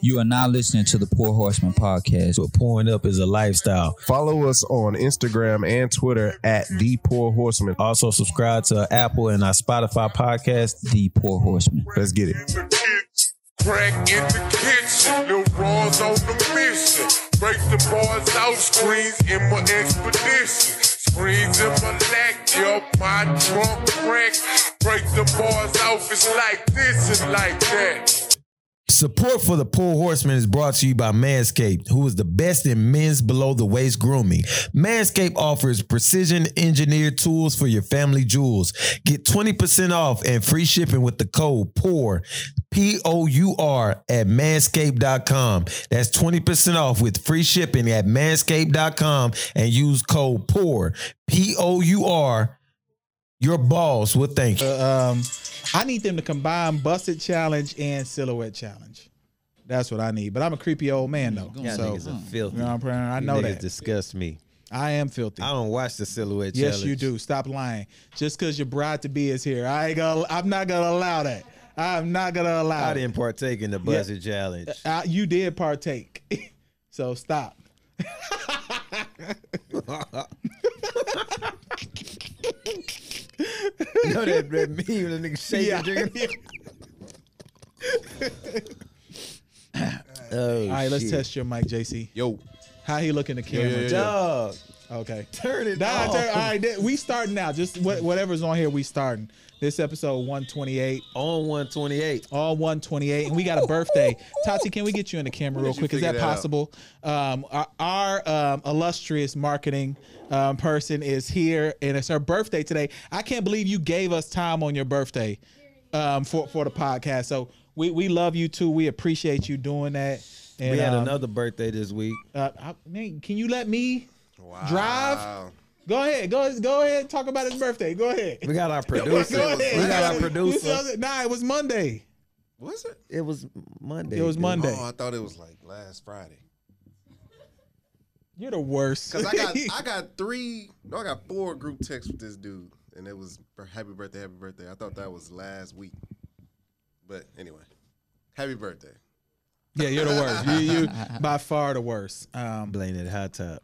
You are now listening to the Poor Horseman podcast. what pouring up is a lifestyle. Follow us on Instagram and Twitter at the Poor Horseman. Also, subscribe to Apple and our Spotify podcast. The Poor Horseman. Let's get it. Crack in the kitchen, Lil Raw's on the mission. Break the bars out, screens in my expedition. Screens in my lack, yup, my trunk crack. Break the bars out, it's like this and like that. Support for the Poor Horseman is brought to you by Manscaped, who is the best in men's below the waist grooming. Manscaped offers precision engineered tools for your family jewels. Get 20% off and free shipping with the code POUR, P O U R, at manscaped.com. That's 20% off with free shipping at manscaped.com and use code POUR, P O U R. Your balls will thank you. um, I need them to combine busted challenge and silhouette challenge. That's what I need. But I'm a creepy old man though. Yeah, so niggas are filthy. you know what I'm saying? I You know niggas that. disgust me. I am filthy. I don't watch the silhouette. Yes, you challenge. do. Stop lying. Just because your bride to be is here, I ain't gonna. I'm not gonna allow that. I'm not gonna allow. I it. didn't partake in the buzzard challenge. Uh, you did partake, so stop. you know that, that meme, the nigga shaking, drinking. Oh, All right, let's test your mic, JC. Yo, How he look in the camera? Dog, Okay. turn it Nah, off. turn- Oh. all right, th- we starting now. Just what, whatever's on here, we starting. This episode 128, On 128. all 128, and we got a birthday. Tati, can we get you in the camera real you quick? Is figure that that out? possible? Um, our our um, illustrious marketing um, person is here, and it's her birthday today. I can't believe you gave us time on your birthday um, for for the podcast. So we we love you too. We appreciate you doing that. And, we had um, another birthday this week. uh, I, man, can you let me drive? Go ahead. Go go ahead. and Talk about his birthday. Go ahead. We got our producer. go ahead. we got our You producer. saw that- Nah, it was Monday. Was it? It was Monday. It was dude. Monday. Oh, I thought it was like last Friday. You're the worst. Cause I got I got three, no, I got four group texts with this dude, and it was for happy birthday, happy birthday. I thought that was last week, but anyway, happy birthday. yeah, you're the worst. You you by far the worst. Um, Blame it hot top.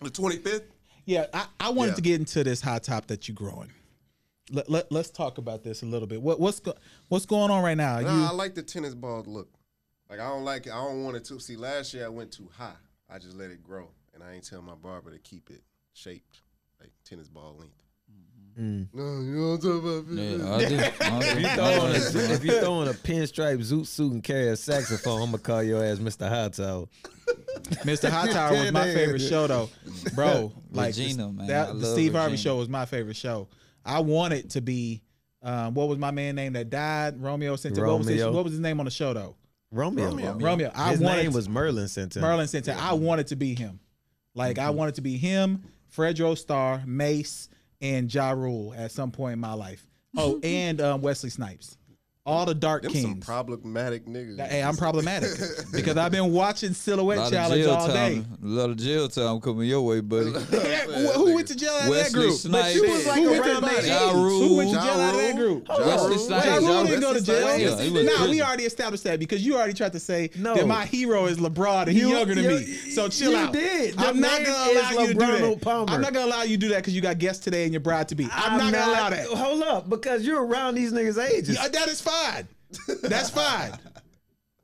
The twenty fifth. yeah, I, I wanted Yeah. to get into this high top that you're growing. Let, let, let's talk about this a little bit. What what's go, what's going on right now? Nah, I you, like the tennis ball look. Like I don't like it. I don't want it to. See, last year I went too high. I just let it grow, and I ain't tell my barber to keep it shaped like tennis ball length. Mm. No, you know what I'm talking about. If you throwing a, if you throwing a pinstripe zoot suit and carry a saxophone, I'm gonna call your ass Mr. Hot Towel. Mr. High Tower was my favorite show though, bro. Like the- Regina, man. I that, the love Steve Harvey Regina. show was my favorite show. I wanted to be. Um, what was my man name that died? Romeo Centeno. What was, his, Romeo. what was his name on the show though? Romeo. Romeo. Romeo. I His wanted name to- was Merlin Center. Merlin Centeno. I wanted to be him. Like Mm-hmm. I wanted to be him, Fredro Starr, Mace, and Ja Rule at some point in my life. Oh, and um, Wesley Snipes. All the Dark Them some Kings. problematic niggas. hey, I'm problematic because I've been watching Silhouette Challenge all day. A lot of jail time coming your way, buddy. Yeah, who- who went to jail out of that Wesley group? Snipes. But you was Who like went to around that Ja age. Rule? Who went to Ja jail out of that Rule? group? Ja Wesley Rule. Snipes. Ja Rule didn't go to Wesley jail. Snipes. Yeah, he was in nah, we prison. already established that because you already tried to say No. that my hero is LeBron and he's You- younger than you- me. So chill you out. did. Your I'm not name gonna is allow you to do LeBronald that. Palmer. I'm not gonna allow you to do that because you got guests today and your bride to be. I'm, not, gonna allow that. Hold up, because you're around these niggas' ages. Yeah, that is fine. That's fine.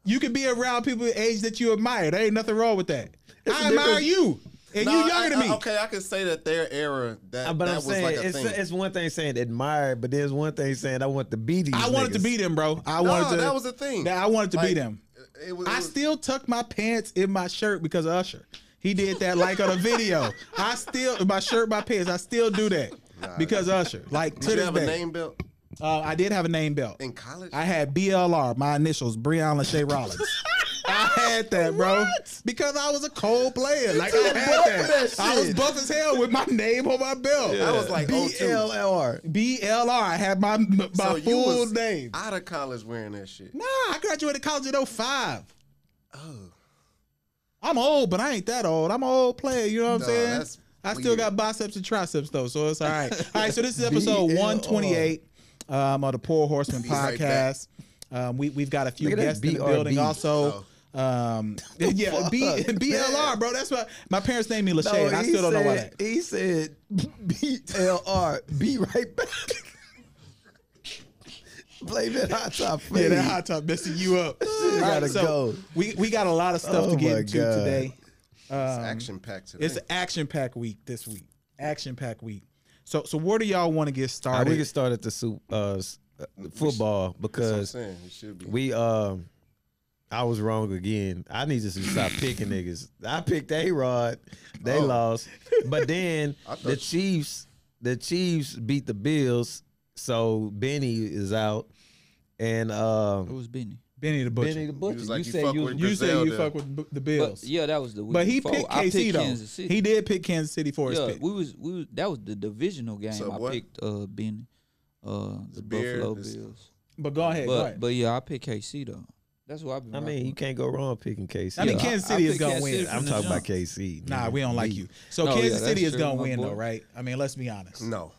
You can be around people the age that you admire. There ain't nothing wrong with that. I admire you. And Nah, you younger than I- I- me. okay, I can say that their era that, Uh, but that I'm was saying like a it's, thing. it's one thing saying admire, but there's one thing saying I want to be these. I wanted to niggas. be them, bro. I no, wanted to. that was a thing. that I wanted to be Like, them. It was, it I was- still tuck my pants in my shirt because of Usher. He did that like on a video. I still my shirt, my pants. I still do that because of Usher. Like to Did you this have a day, name belt uh, I did have a name belt. in college? I had BLR, my initials, Breon Lachey Rollins. I had that, bro, because I was a cold player. Like I had that. I was buff as hell with my name on my belt. I was like, oh, two. BLR. BLR. I had my my So you full was name. out of college wearing that shit. Nah, I graduated college in 05. Oh. Oh. I'm old, but I ain't that old. I'm an old player, you know what I'm Nah, saying? that's I still weird. got biceps and triceps though, so it's all right. all right, so this is episode 128 um, of the Poor Horseman right podcast. Um, we we've got a few Look at that guests in the BRB. building also. Oh. Um, yeah, B, BLR, bro. That's why my parents named me Lachey, and I he still don't know why. said- That. He said BLR, be right back. Blame that hot top. Yeah, fade. that hot top messing you up. Shit, All right, gotta go. we we got a lot of stuff Oh to get my into God. today. action packed today. It's action pack week this week. Action pack week. So so where do y'all want to get All right, started? we can start at the soup, uh, s- uh, football That's what I'm because saying. It should be. we um I was wrong again. I need to stop picking niggas. I picked A Rod. They Oh. lost. But then I thought the you- Chiefs the Chiefs beat the Bills. So Benny is out. And It um was Benny. Benny the Butcher. Benny the Butcher. like, you you said fuck you with was- you said you Griselda. fuck with b- the But Bills, yeah, that was the week. but he before. picked I KC though. Kansas City. He did pick Kansas City for his yeah, pick. we was we was, that was the divisional game. So I what? picked uh Benny, uh the Beard, Buffalo this- Bills. But go ahead, go But ahead. but yeah, I picked KC though. That's what I've been. I rocking mean, you with. can't go wrong picking KC. I mean, yeah, Kansas I- I City is picked gonna Kansas win. City from I'm the talking about jump. KC. nah, nigga. we don't like you. So No, yeah, Kansas that's City is true, gonna my win boy. though, right? I mean, let's be honest. no.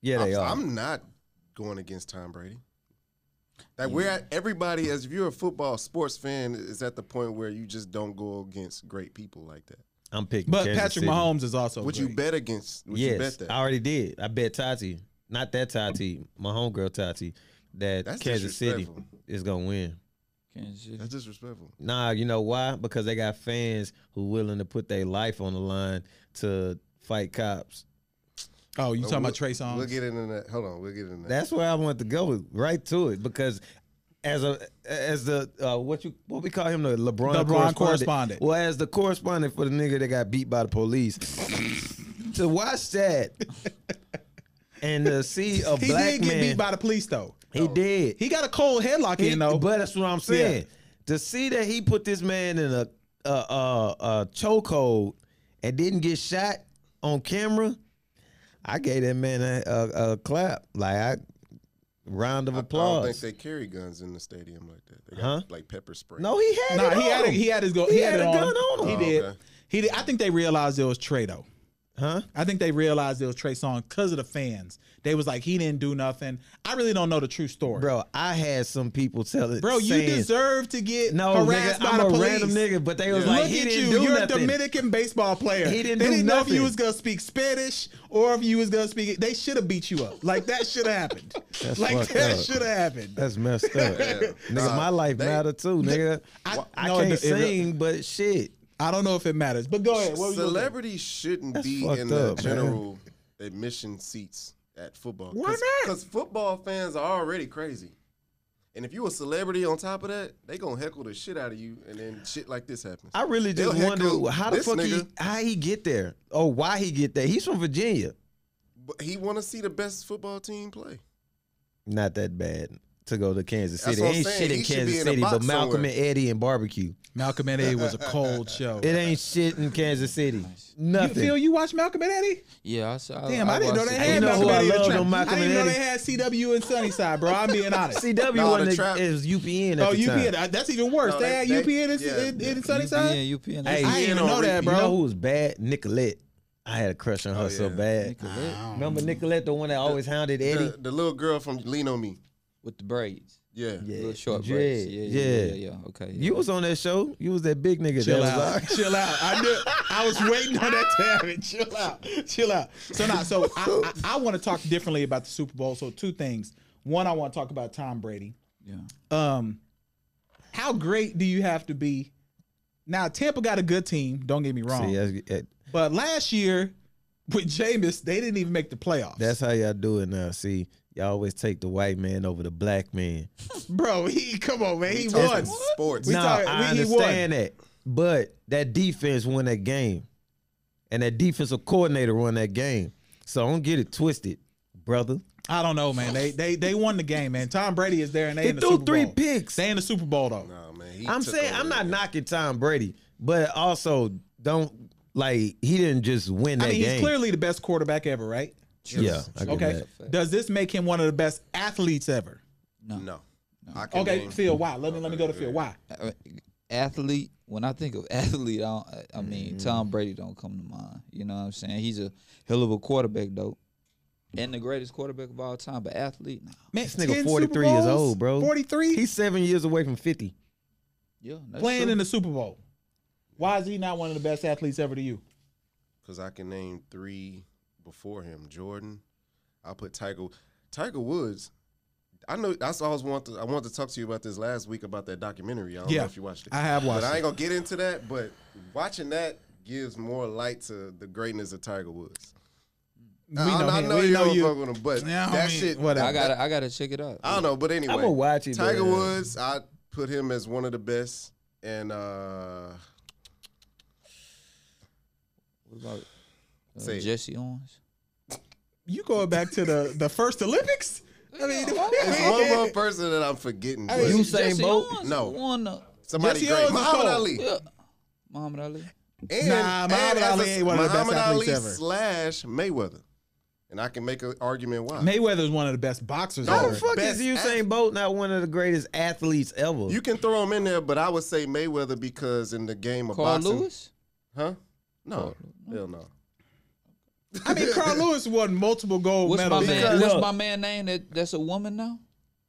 Yeah, they I'm, are. I'm not going against Tom Brady. Like we're at everybody as if you're a football sports fan is at the point where you just don't go against great people like that. I'm picking But Kansas Patrick City. Mahomes is also. Would great. you bet against? Would yes, you bet that? I already did. I bet Tati, not that Tati, my homegirl Tati, that That's Kansas City disrespectful. is gonna win. Kansas City. That's disrespectful. Nah, you know why? Because they got fans who willing to put their life on the line to fight cops. Oh, you But talking we'll- about Trey Songz? We'll get into that. Hold on, we'll get into that. That's where I want to go with, right to it because as a as the uh, what you what we call him the LeBron, LeBron correspondent, correspondent. Well, as the correspondent for the nigga that got beat by the police. to watch that and to see a he black did get man, beat by the police though. he did. He got a cold headlock He- in though. But that's what I'm saying. To see that he put this man in a a, a, a chokehold and didn't get shot on camera, I gave that man a, a, a clap, like I round of I, I don't think applause. they carry guns in the stadium like that. They got Huh? like pepper spray. no, he had nah, it he had on it, him. he had his go. He, had, it a on. gun on him. He did. okay. He did. I think they realized it was Trey though. huh? I think they realized it was Trey Songz because of the fans. They was like, he didn't do nothing. I really don't know the true story, bro. Bro, I had some people tell it. you saying, deserve to get no, harassed nigga, by I'm the a police. random nigga, but they was Look like, at he didn't you. do You're a nothing. Dominican baseball player. He didn't they do didn't know if you nothing. was gonna speak Spanish or if you was gonna speak. They should have beat you up. Like that should have happened. like fucked that up. should have happened. That's messed up. nigga, Nah, my life they- matter too, nigga. I, I- I no, can't it- it re- sing, but shit. I don't know if it matters, but go ahead. What were you gonna say? Celebrities shouldn't That's be fucked in the up, man. general admission seats at football. Why not? Because football fans are already crazy. And if you a celebrity on top of that, they gonna heckle the shit out of you, and then shit like this happens. I really They'll just heckle wonder how the this fuck he nigga. how he get there. Oh, why he get there? He's from Virginia. But he want to see the best football team play. Not that bad to go to Kansas That's City. what I'm Ain't saying. shit in He should be Kansas in a City, box but Malcolm somewhere. and Eddie and barbecue. Malcolm and Eddie was a cold show. It ain't shit in Kansas City. You Nothing. feel you watch Malcolm and Eddie? yeah, I saw. Damn, I, didn't know watched they it. had You know Malcolm who I and Eddie. love, Trap. though, Malcolm I didn't and know they Eddie. had CW and Sunnyside, bro. I'm being honest. CW Nah, one the nigga trap- is UPN at oh, the time. UPN, uh, that's even worse. No, they, they- had they- UPN in, yeah. in, in Sunnyside. UPN, UPN. Hey, I you didn't even know- know that, bro. You know who was bad? Nicolette. I had a crush on her so Oh, yeah. bad. Nicolette Remember Nicolette, the one that always hounded Eddie? The, the little girl from Lean on Me. with the braids, Yeah. Yeah. little short Yeah, braids. Yeah, yeah, yeah. yeah. yeah, yeah. Okay. yeah. You was on that show. You was that big nigga. Chill that was out. Chill out. I knew I was waiting on that to happen. Chill out. Chill out. So now, so I, I, I want to talk differently about the Super Bowl. So two things. One, I want to talk about Tom Brady. Yeah. Um, how great do you have to be? Now Tampa got a good team. Don't get me wrong. See, that's- that- But last year with Jameis, they didn't even make the playoffs. That's how y'all do it now. See, y'all always take the white man over the black man. bro. He come on, man. He Talking won. sports. We No, talking- I we- he won. understand that, but that defense won that game, and that defensive coordinator won that game. So don't get it twisted, brother. I don't know, man. They they they won the game, man. Tom Brady is there, and they He in the threw Super three Bowl. picks. They in the Super Bowl though. Nah, man. he I'm took saying I'm over not that. knocking Tom Brady, but also don't like he didn't just win that I mean, game. he's clearly the best quarterback ever, right? yeah, I get Okay. that. Does this make him one of the best athletes ever? No. I can Okay, name- Phil. Why? Let me let me go to Phil. Why? Uh, athlete. When I think of athlete, I, don't, I- I mean Tom Brady don't come to mind. You know what I'm saying? He's a hell of a quarterback, though. and the greatest quarterback of all time, but athlete, nah. Man, This nigga 10 Super 43 years Bowls? old, bro. 43? He's seven years away from fifty. Yeah, that's playing true. in the Super Bowl. Why is he not one of the best athletes ever to you? because I can name three before him. Jordan, I'll put Tiger. Tiger Woods. I know. I always want to. I wanted to talk to you about this last week about that documentary. I don't Yeah, know if you watched it. I have watched But I it. ain't gonna get into that. But watching that gives more light to the greatness of Tiger Woods. We I, I him. know We you know don't you. fuck with him, but Yeah, I that mean, shit. whatever. I gotta, I gotta check it out. I don't know. But anyway, I'ma watch it, Tiger but- Woods. I put him as one of the best. And uh What about uh, Say it. Jesse Owens? You going back to the the first Olympics? I mean, it's one more person that I'm forgetting. I but mean, Usain Bolt? No. won the- somebody Jesse great. Owens is Muhammad cold. Ali. yeah. Muhammad Ali. And, Nah, Muhammad as Ali a- ain't one of the best Muhammad athletes Ali ever. slash Mayweather, and I can make an argument why. Mayweather's one of the best boxers No, How ever. the fuck is Best Usain Bolt not one of the greatest athletes ever? you can throw him in there, but I would say Mayweather because in the game of Carl boxing, Lewis. huh? No, hell no. I mean, Carl Lewis won multiple gold What's my medals. man? What's Look. my man name? That that's a woman now.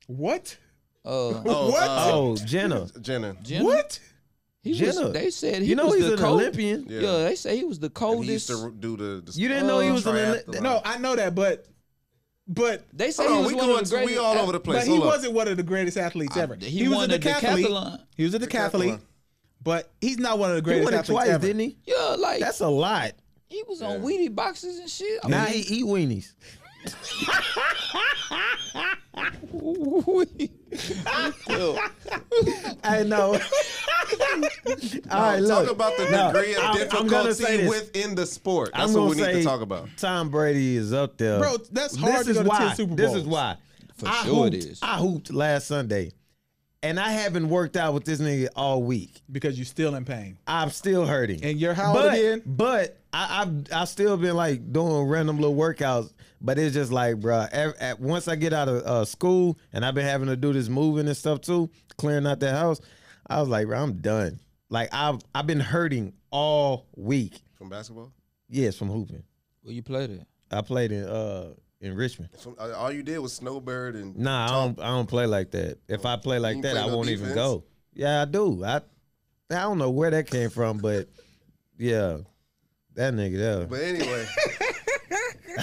What? Uh, what? oh, Jenna. Jenna. Jenna? what? He was- Jenna. they said he You know was he's the an cold- Olympian. Yeah. Yeah. they say he was the And he used coldest. to do the. the You didn't know Oh, he was an Olymp- triathlon. No, I know that, but but They say Hold he on, was we one going of the to, we greatest all ath- over the but place. he Hold up. wasn't one of the greatest athletes ever. he won was a the decathlete. decathlon. He was a decathlete, Decathlon. but he's not one of the He greatest won it athletes twice, ever. didn't he? Yeah, like That's a lot. he was on Wheatie boxes and shit. I Now he eat weenies. mean, I know. All right, Talk look. about the No, degree of I'm- I'm gonna difficulty say this. within the sport. I'm That's what we gonna need to say talk about. Tom Brady is up there, Bro, that's hard to is go to why. 10 Super This is Bowls. why. For I sure it hooped, is. I hooped last Sunday, and I haven't worked out with this nigga all week. because you're still in pain. I'm still hurting. And you're how old but, again? But I, I've I've still been like doing random little workouts. But it's just like, bruh, ev- at, once I get out of uh, school and I've been having to do this moving and stuff too, clearing out the house, I was like, bruh, I'm done. Like I've I've been hurting all week. From basketball, Yes, from hooping. Well, you played it. I played in uh in Richmond. From- uh, all you did was snowbird and Nah, I don't I don't play like that. If I play like You that, play I no won't even defense? go. Yeah, I do. I I don't know where that came from, but yeah. That nigga there. But anyway,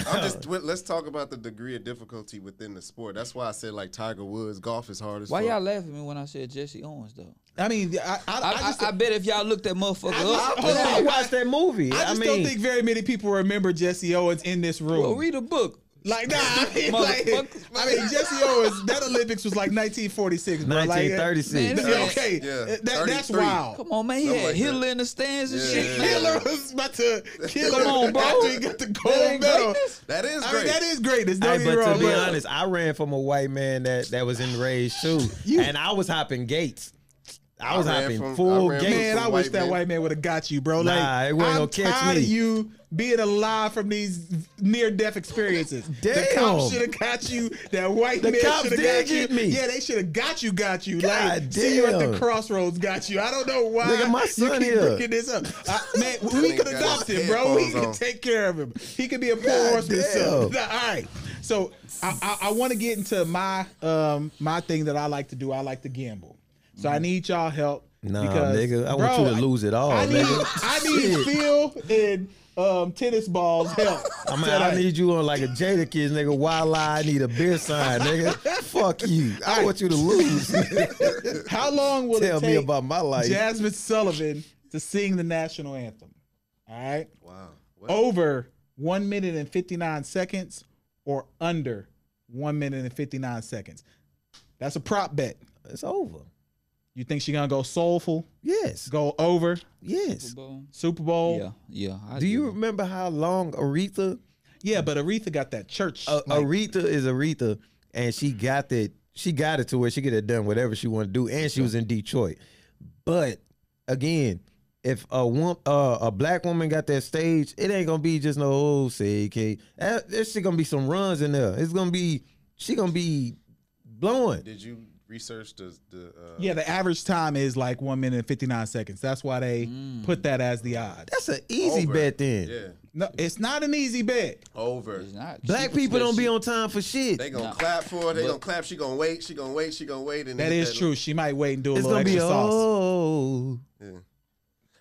I'm just w- let's talk about the degree of difficulty within the sport. That's why I said like Tiger Woods, golf is hard as Why fuck. y'all laughing at me when I said Jesse Owens though? I mean, I, I, I, I, I, just, I, bet if y'all looked that motherfucker up, hold on. I watched that movie. I I, just mean, don't think very many people remember Jesse Owens in this room. well, read a book. Like nah, I mean, like, Motherfuckers. I mean Jesse Owens. That Olympics was like 1946, bro. Like, 1936. Man, uh, Yeah. okay, Yeah. that, that's 33. wild. Come on, man. He Something had like Hitler that. in the stands and Yeah, shit. yeah, man. Hitler was about to kill Come him on, bro. after he got the That gold ain't medal. greatness. That is I great. mean, that is greatness. Don't Hey, get but me wrong, to be but- honest, I ran from a white man that, that was enraged too, and I was hopping gates. I I was ran hopping from- full I ran gates. Man, Some I wish white that man. white man would have got you, bro. Nah, Like, it wasn't I'm gonna catch tired me. of you being alive from these near-death experiences. The Damn. cops should have got you. That white The man cops should have did got you. get me. Yeah, they should have got you, got you. like, God see you at the damn. crossroads, got you. I don't know why Look at my you son keep here. bringing this up. I- man, we nigga could got adopt his him, bro. We headphones could on. take care of him. He could be a poor horseman. son. damn. All right. So I, I, I want to get into my um my thing that I like to do. I like to gamble. So I need y'all help. Nah, because, nigga, I want you to I- lose it all, I need, nigga. I need Phil and um, tennis balls help. I mean, I tonight. need you on like a Jada Kids, nigga. Wild eye, I need a beer sign, nigga. Fuck you. I want you to lose. How long will Tell it me take about my life. Jasmine Sullivan to sing the national anthem? All right, wow. What? over one minute and fifty nine seconds, or under one minute and fifty nine seconds. That's a prop bet. It's over. You think she gonna go soulful? Yes. Go over Yes. Super Bowl? Yeah, yeah. I Do you remember how long Aretha? Yeah, but Aretha got that church. Uh, like, Aretha is Aretha, and she got that. She got it to where she could have done whatever she wanted to do, and she was in Detroit. But again, if a wom- uh, a black woman got that stage, it ain't gonna be just no oh, say okay. There's she gonna be some runs in there. It's gonna be she gonna be blowing. Did you research the the uh, Yeah, the average time is like one minute and fifty nine seconds. That's why they Mm. put that as the odds. That's an easy Over. bet then. yeah No, it's not an easy bet. over. It's not Black cheap, people don't be especially- on time for shit. They gonna clap for her. They But- gonna clap. She gonna wait. She gonna wait. She gonna wait. And That hit is true. She might wait and do a It's little gonna be extra sauce. oh,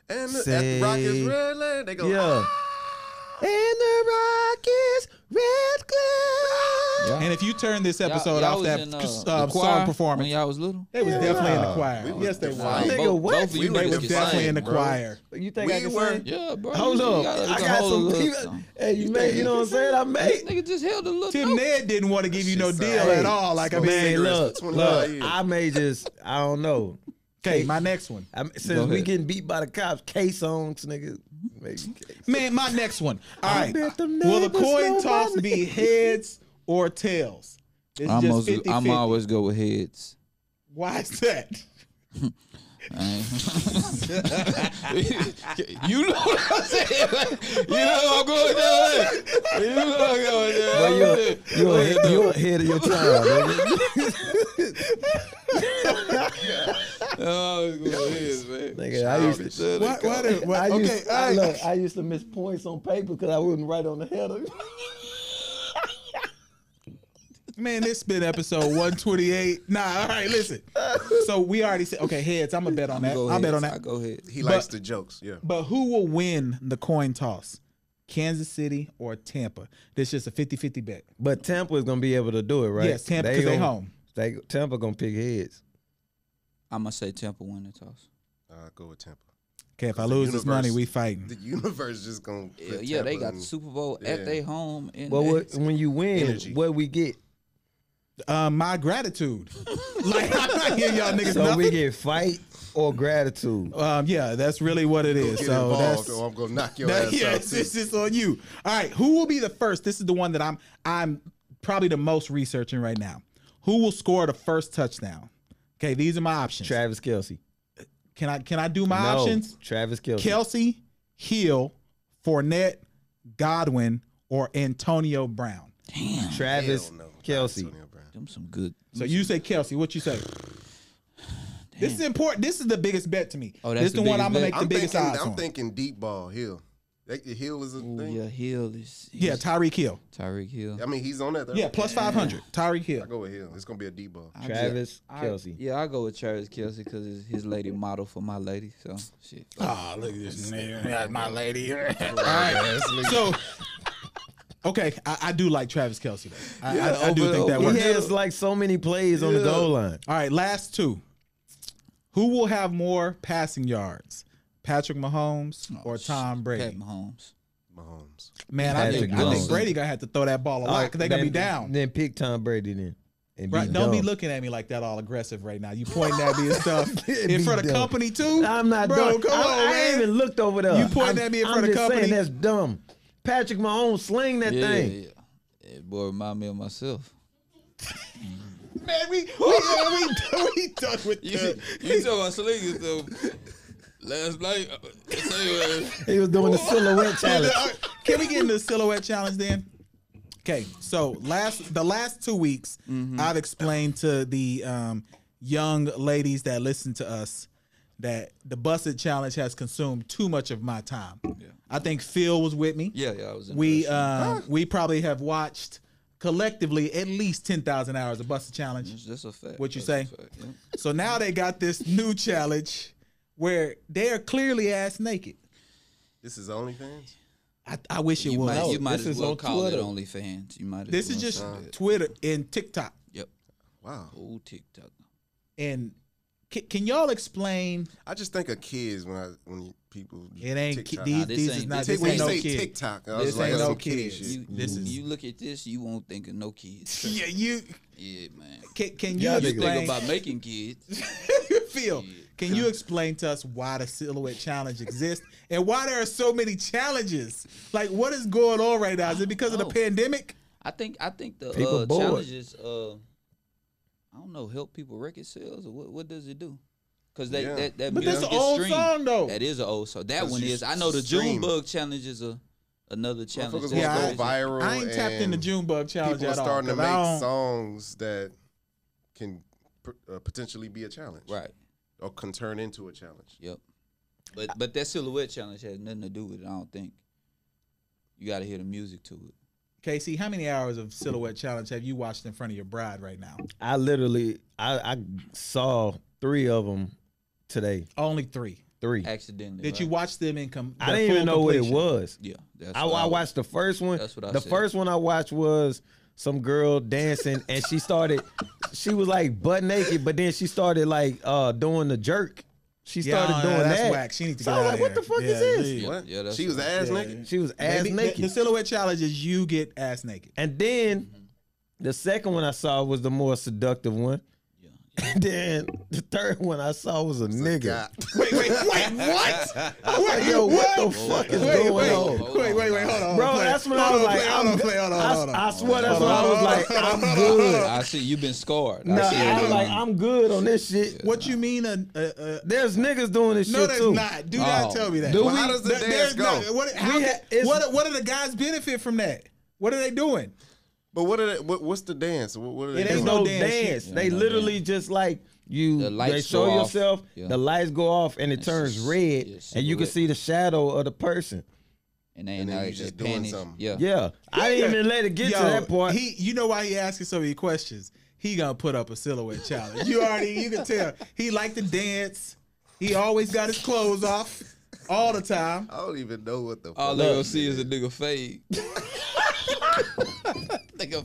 And the, at the rock is red. light, They go. ah! yeah. And the Rockets red glare. Yeah. And if you turn this Y'all- episode y'all off was that in, uh, the uh, choir song performance, when y'all was little. they was definitely in the We choir. was Yes, they definitely- were. Nigga, both, what? Both of We you was They niggas was can definitely sing, in the bro. choir. You think We I can were- sing? Yeah, bro. Hold you up. gotta- I you got hold a some little people. something. Hey, you, made, you know what I'm saying? I This made. nigga just held a little. Tim note. Ned didn't want to give you no shit deal sound- at all. Like I Smoke mean, Man, cigarettes for look, 25 look. years. I may just, I don't know. okay, my next one. I, since we ahead. getting beat by the cops, K songs, nigga. Maybe K- Man, my next one. All right. bet them Will the neighbors know coin toss my be heads or tails? It's I'm, just always, 50 I'm always go with heads. Why is that? you know what I'm saying? you know I'm going that way. You know I'm going Well, that you're, you're, ahead, you're ahead of your time, nigga. Oh, go heads, man. nigga I used to Why, why do, why, I okay, used, all right. look, I used to miss points on paper because I wouldn't write on the header. Man, this been episode 128. Nah, all right, listen. So we already said, okay, heads, I'm going to bet on that. Go I'll bet on heads. I that. go heads. He likes the jokes. Yeah. But who will win the coin toss? Kansas City or Tampa? This is just a 50 50 bet. But Tampa is gonna be able to do it, right? Yes, Tampa, because they, gonna- home. They Tampa gonna pick heads. I'm gonna say Temple win the toss. Uh, go with Tampa. Okay, if I the lose this money, universe- we The fighting. universe just gonna. put Yeah, yeah, they Tampa got in- the Super Bowl Yeah. at their home. In Well, that- what, when you win, Energy. what we get? Um, my gratitude. like, I'm not giving y'all niggas So nothing. we get fight or gratitude. Um, yeah, that's really what it is. Get so involved, that's or I'm gonna knock your that, ass yeah, out it's, too. it's just on you. All right, who will be the first? This is the one that I'm I'm probably the most researching right now. Who will score the first touchdown? Okay, these are my options. Travis Kelsey. can I can I do my No, options? Travis Kelsey. Kelsey, Hill, Fournette, Godwin, or Antonio Brown. Travis Hell no, not Kelsey. Antonio Brown. Them some good. So you say Kelsey. What you say? This is important. This is the biggest bet to me. Oh, that's this is the the, one biggest I'm gonna bet? make the I'm biggest thinking. odds I'm on. thinking deep ball. Hill. That, Hill is a Ooh, thing. yeah, Hill is. yeah, Tyreek Hill. Tyreek Hill. I mean, he's on that. Yeah, plus five hundred. Tyreek Hill. I go with Hill. It's gonna be a deep ball. I- Travis I- Kelsey. Yeah, I go with Travis Kelsey because his, his lady model for my lady. So shit. Oh, look at this nigga, my lady. All right, so okay, I, I do like Travis Kelsey. Though. I, I, I do over- think that over- works. He has like so many plays on the goal line. All right, last two. Who will have more passing yards, Patrick Mahomes or Tom Oh, Pat Brady? Mahomes. Mahomes. Man, I think, Patrick I think Mahomes. Brady gonna have to throw that ball a lot because they gonna be down. Then pick Tom Brady then. And Right, be don't be dumb. looking at me like that, all aggressive right now. You pointing at me and stuff in be front of dumb. company too. I'm not bro. dumb. Come I, on, I man. ain't even looked over there. You pointing I'm- at me in I'm front of just company? Saying that's dumb. Patrick Mahomes sling that Yeah, thing. yeah. yeah. It boy remind me of myself. man, we we, yeah, we, we done with You, this. you talking about slingers though? Last night, uh, say, uh, He was doing the silhouette challenge. Can we get into the silhouette challenge then? Okay, so last the last two weeks, Mm-hmm. I've explained to the um, young ladies that listen to us that the busted challenge has consumed too much of my time. I think Phil was with me. yeah, yeah, I was in. We the restroom. um, we probably have watched collectively at least ten thousand hours of busted challenge. That's a fact. what you That's say? a fact, yeah. So now they got this new challenge where they are clearly ass naked. This is OnlyFans. I, I wish it You was. might, you might this as is well on call Twitter. it OnlyFans. You might. As This well is just call it. Twitter and TikTok. Yep. Wow. Old TikTok. And can, can y'all explain? I just think of kids when I when you- people. It ain't ki- TikTok. these. Nah, this these is ain't- not. this This when you ain't no say kid. TikTok, uh, I This was like, ain't that's no some kiddie kids. shit. You, This is- you look at this, you won't think of no kids. Mm-hmm. Yeah, you yeah, man. can. Can you You just think explain? about making kids. Phil, can you explain to us why the silhouette challenge exists and why there are so many challenges? Like, what is going on right now? Is it because of the know. pandemic? I think I think the People uh, bored. challenges. Uh, I don't know, help people record sales or what? What does it do? Because they Yeah. that that But that's music an is old streamed. song, though. That is an old song. That 'Cause one you is. I know the stream. Junebug challenge is a another challenge. Motherfuckers that's Yeah, gonna crazy. go viral. I ain't tapped in and the Junebug challenge People are at all. starting to 'cause I make don't- songs that can p- uh, potentially be a challenge, Right. Or can turn into a challenge. Yep. But but that silhouette challenge has nothing to do with it. I don't think. You got to hear the music to it. KC, how many hours of silhouette challenge have you watched in front of your bride right now? I literally, I, I saw three of them today. Only three. Three. Accidentally. Did you right? watch them in? Com- I their didn't even full know what it completion? was. Yeah. That's I, what I watched the first one. That's what I the said. first one I watched was some girl dancing, and she started. She was like butt naked, but then she started like uh doing the jerk. She Yeah, started no, doing that's that. whack. She need to so get I was out like, of "What the here. fuck Yeah, is this?" leave. What? Yeah, that's she was right. ass Yeah. naked. She was ass Maybe- naked. The, the silhouette challenge is you get ass naked. And then Mm-hmm. the second one I saw was the more seductive one. And then the third one I saw was a nigga. Wait, wait, wait, what? I was like, yo, what the fuck is Wait, going wait, on? wait, wait, wait, hold on. Bro, play. that's when I Hold was on, like, play, hold I'm- on, play, hold on, I, hold on. I swear that's Hold when I on, was hold on, like, hold on, I'm hold on. good. I see you've been scarred. Nah, I see I it. was like, I'm good on this shit. What you mean? A, a, a, There's niggas doing this no, shit that's too. not. Do not Oh. tell me that. Do Well, how we- does the Th- dance there's go? not- what, how We can- ha- it's- what, what do the guys benefit from that? What are they doing? but what, are they, what? What's the dance? What, what are they It doing? ain't There's no no dance. dance. Yeah, they no literally just like you. The lights they show go off. yourself. Yeah. The lights go off and it It's turns just- red, yeah, and you can silhouette. see the shadow of the person. and they And and then now you it's just just doing panties. something. Yeah. Yeah, I didn't even let it get to Yo, that part. He, you know why he asking so many questions? He gonna put up a silhouette challenge. You already, you can tell. He like to dance. He always got his clothes off all the time. I don't even know what the. All fuck they it gonna see is a nigga fade. nigga,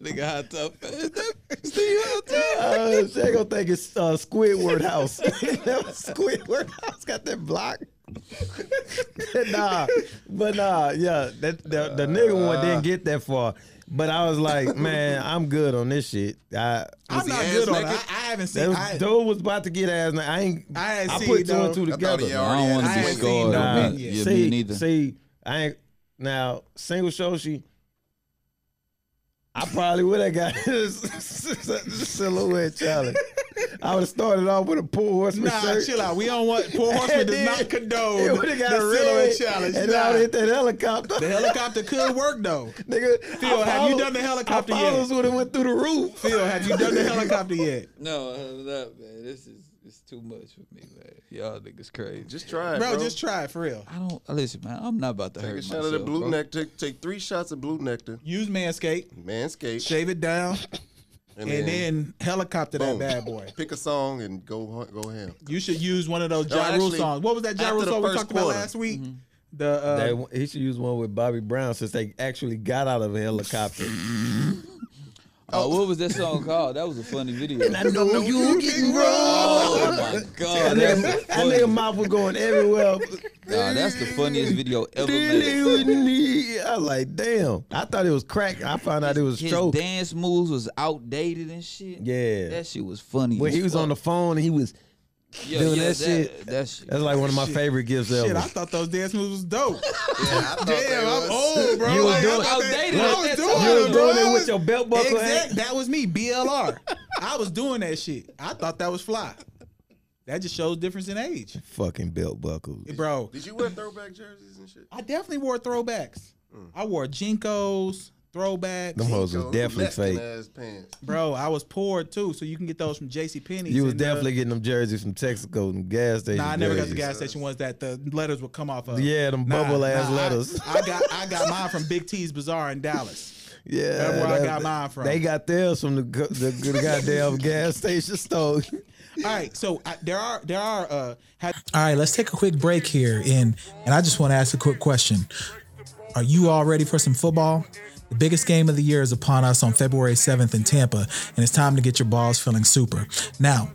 nigga hot top. Is that Steve hot top? Uh, they gonna think it's uh, Squidward House. That was Squidward House got that block. nah, but nah, yeah, that, the the nigga one Uh. didn't get that far. But I was like, man, I'm good on this shit. I, e, I'm not ass good on it. I, I naked? haven't that seen. was, I, dude was about to get ass. na- I ain't. I I, ain't seen put it, two and though. two I thought he already together. I don't wanna had be a- seen scarred. that. Nah, Yeah, me see, neither. see, I ain't now single Shoshi. I probably would have got this silhouette challenge. I would have started off with a poor horseman nah, shirt. chill out. We don't want poor horseman does then- not condone It would the have got a silhouette challenge. and Nah. I would hit that helicopter. The helicopter could work though. Nigga, Phil, I have you followed- done the helicopter I yet? would have went through the roof. Phil, have you done the helicopter yet? No, hold up, man. This is it's too much for me, man. Y'all niggas crazy. Just try it, Bro, bro. just try it for real. I don't listen, man. I'm not about to take hurt a shot myself. of the blue bro. nectar. Take, take three shots of blue nectar. Use Manscaped, Manscape. shave it down, and, and then helicopter boom. that bad boy. Pick a song and go hu- go ham. You should use one of those No, Ja Rule actually, songs. What was that Ja after Rule the song we first talked about quarter. Mm-hmm. last week? The uh, he should use one with Bobby Brown since they actually got out of a helicopter. Oh, what was that song called? That was a funny video. know you getting Oh my god, that's the That nigga funniest. mouth was going everywhere. Nah, that's the funniest video ever made. I was like, damn. I thought it was crack. I found out it was His stroke. dance moves was outdated and shit. Yeah. that shit was funny. When he was on the phone and he was doing that shit. That shit. that's like one of my favorite gifts ever. shit, I thought those dance moves was dope. Yeah, I thought Damn, I'm old, bro. You was Like, I doing- thought that- outdated I at was that doing time. you was it, bro. doing I it was- with your belt buckle. Exact, hang- that was me, BLR. I was doing that shit. I thought that was fly. That just shows difference in age, Fucking belt buckle. bro. Did you wear throwback jerseys and shit? I definitely wore throwbacks. I wore jinkos, throwbacks. Mm. Them hoes was Yo, definitely Mexican fake. Ass pants. Bro, I was poor too, so you can get those from J.C. Penney's. uh, You was definitely getting them jerseys from Texaco and gas station. Nah, I never got the jerseys. gas station ones that the letters would come off of. Yeah, them Nah, bubble ass nah, I- letters. I, got I got mine from Big T's Bazaar in Dallas. Yeah, That's where I that- got mine from. They got theirs from the go- the, the goddamn gas station store. All right, so I, there are there are uh ha- All right, let's take a quick break here, and and I just want to ask a quick question: Are you all ready for some football? The biggest game of the year is upon us on February 7th in Tampa, and it's time to get your balls feeling super. Now,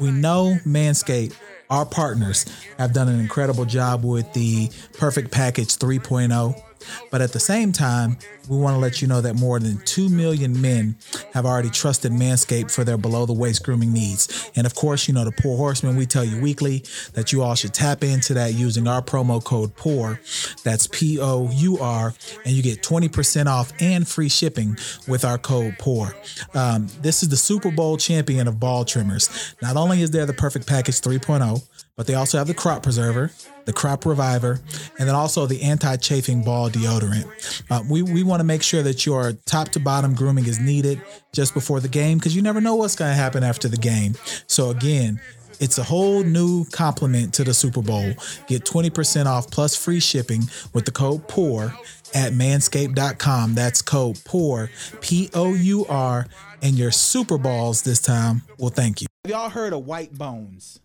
we know Manscaped, our partners, have done an incredible job with the Perfect Package 3.0. But at the same time, we want to let you know that more than 2 million men have already trusted Manscaped for their below the waist grooming needs. And of course, you know, the Poor Horseman, we tell you weekly that you all should tap into that using our promo code POUR. That's P O U R. And you get 20% off and free shipping with our code POUR. Um, this is the Super Bowl champion of ball trimmers. Not only is there the Perfect Package 3.0, but they also have the crop preserver, the crop reviver, and then also the anti-chafing ball deodorant. Uh, we we want to make sure that your top to bottom grooming is needed just before the game because you never know what's going to happen after the game. So again. It's a whole new complement to the Super Bowl. Get 20% off plus free shipping with the code POUR at manscaped.com. That's code POUR, P O U R, and your Super Balls this time will thank you. Have y'all heard of White Bones?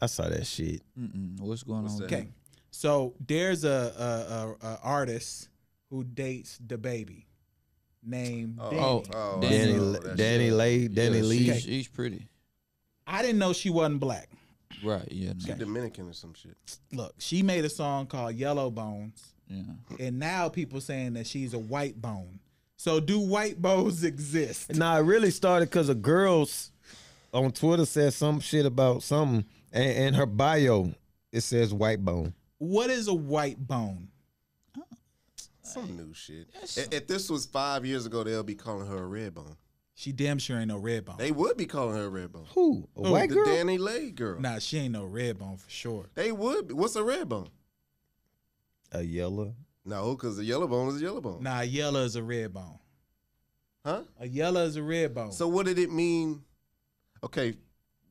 I saw that shit. Mm-mm. What's going on? Okay, so there's a, a, a, a artist who dates the baby named. Danny. Oh, Danny- oh, that Danny shit. Lay, Danny Yeah, Lee. she's- She's pretty. I didn't know she wasn't black. Right. Yeah. She No, Dominican or some shit. Look, she made a song called Yellow Bones, yeah. and now people saying that she's a white bone. So do white bones exist? Nah, it really started because a girl s- on Twitter said some shit about something, and, and her bio it says white bone. What is a white bone? Some new shit. If, if this was five years ago, they'll be calling her a red bone. She damn sure ain't no red bone. They would be calling her a red bone. Who? A white the girl? Danny Lay girl. Nah, she ain't no red bone for sure. They would. Be. What's a red bone? a yellow. No, because a yellow bone is a yellow bone. Nah, yellow is a red bone. Huh? A yellow is a red bone. So what did it mean? Okay,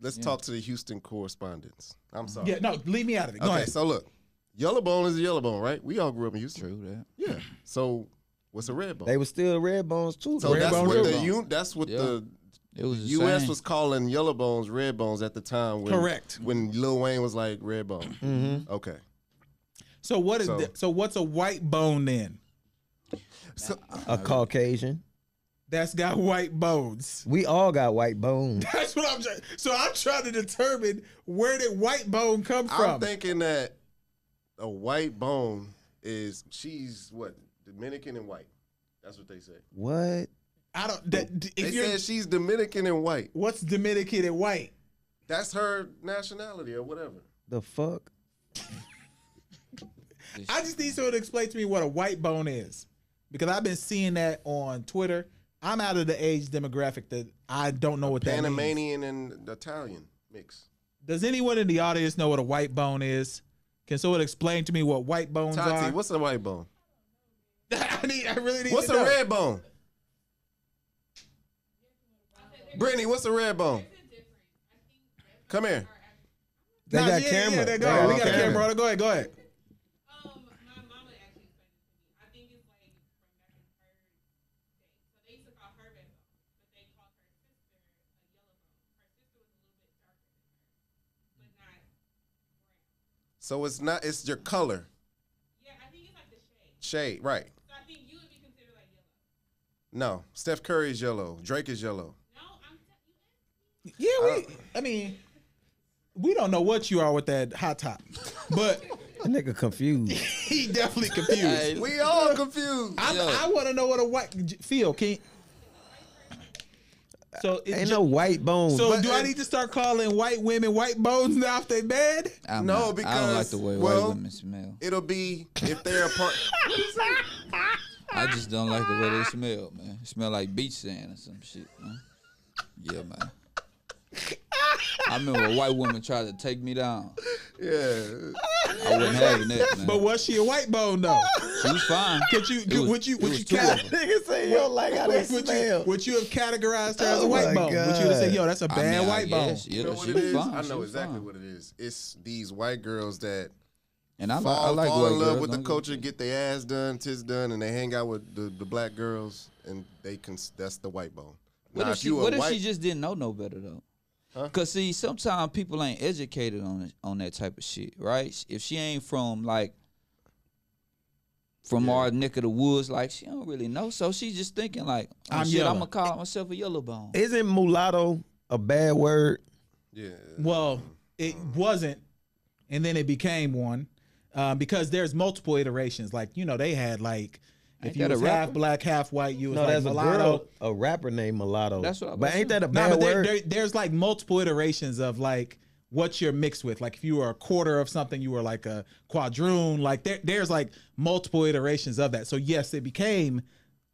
let's talk to the Houston correspondents. I'm sorry. yeah, no, leave me out of it. Go uh, okay, ahead. so look, yellow bone is a yellow bone, right? We all grew up in Houston. True that. Yeah. So what's a red bone? They were still red bones too. so red that's bone, what red the bone. U, that's what Yeah. the It was the U.S. same. was calling yellow bones red bones at the time. When, Correct. Mm-hmm. When Lil Wayne was like red bone. Okay. So what is So- the, so what's a white bone then? So a Caucasian. That's got white bones. We all got white bones. That's what I'm trying. So I'm trying to determine where did white bone come I'm from. thinking that a white bone is she's what Dominican and white. That's what they say. what? I don't. That, d- They if you're, said she's Dominican and white. what's Dominican and white? That's her nationality or whatever. The fuck? I just need someone to explain to me what a white bone is, because I've been seeing that on Twitter. I'm out of the age demographic that I don't know what that means. Panamanian and Italian mix. Does anyone in the audience know what a white bone is? Can someone explain to me what white bones are? Tati, what's a white bone? I, need, I really need What's to a know. red bone? Brittany, what's a red bone? Come here. They Nah, got yeah, camera. Yeah, yeah, go They ahead. all We got a got camera. camera. brother. Go ahead. Go ahead. Um, my mama actually explained it to me. I think it's like from back in her day. So they used to call her red bone, but they called her sister a yellow bone. Her sister was a little bit darker than her, but not. So it's not it's your color. Yeah, I think it's like the Shade, shade. right. So I think you would be considered like No. yellow. Steph Curry is yellow. Drake is yellow. No, I'm telling you. Yeah, we. Uh, I mean, we don't know what you are with that hot top, but That nigga confused. he definitely confused. We all confused. I, Yo. I want to know what a white J- Phil can. So it's Ain't ju- no white bones. So but do I it- need to start calling white women white bones now if they bad? I'm No, not- I don't like because, the way well- white women smell. It'll be if they're a part I just don't like the way they smell, man. It smell like beach sand or some shit, man. Yeah, man. I remember a white woman tried to take me down. Yeah. I wasn't having that, man. But was she a white bone though? she was fine. Could you It was- would you it would was you two cat- of them. nigga say yo like how they would, would you, would you have categorized her as a Oh white my bone? Would you have said, God. "Yo, that's a I bad mean, I white bone"? guess, Yeah, You know what she it was is? fine. I She know was exactly fine. what it is. It's these white girls that And I, li- fall, I like fall white in love girls, with the don't get- culture, get their ass done, tis done, and they hang out with the, the black girls, and they can. That's the white bone. What, now, if, if she, you a what if white, she just didn't know no better though? Cause see, sometimes people ain't educated on it- on that type of shit, right? If she ain't from like from our neck of the woods, like she don't really know, so she's just thinking like, oh, I'm shit, yellow. I'm gonna call myself a yellow bone. Isn't mulatto a bad word? yeah, Well, it Um. wasn't, and then it became one um, because there's multiple iterations. Like you know, they had like if Ain't you that a was half rapper? black, half white, you was No, like there's a mulatto. girl, a rapper named Mulatto. That's what I was But ain't saying. that a Nah, bad but there, word? there, there's like multiple iterations of like what you're mixed with. Like if you were a quarter of something, you were like a quadroon. Like there, there's like multiple iterations of that. So yes, it became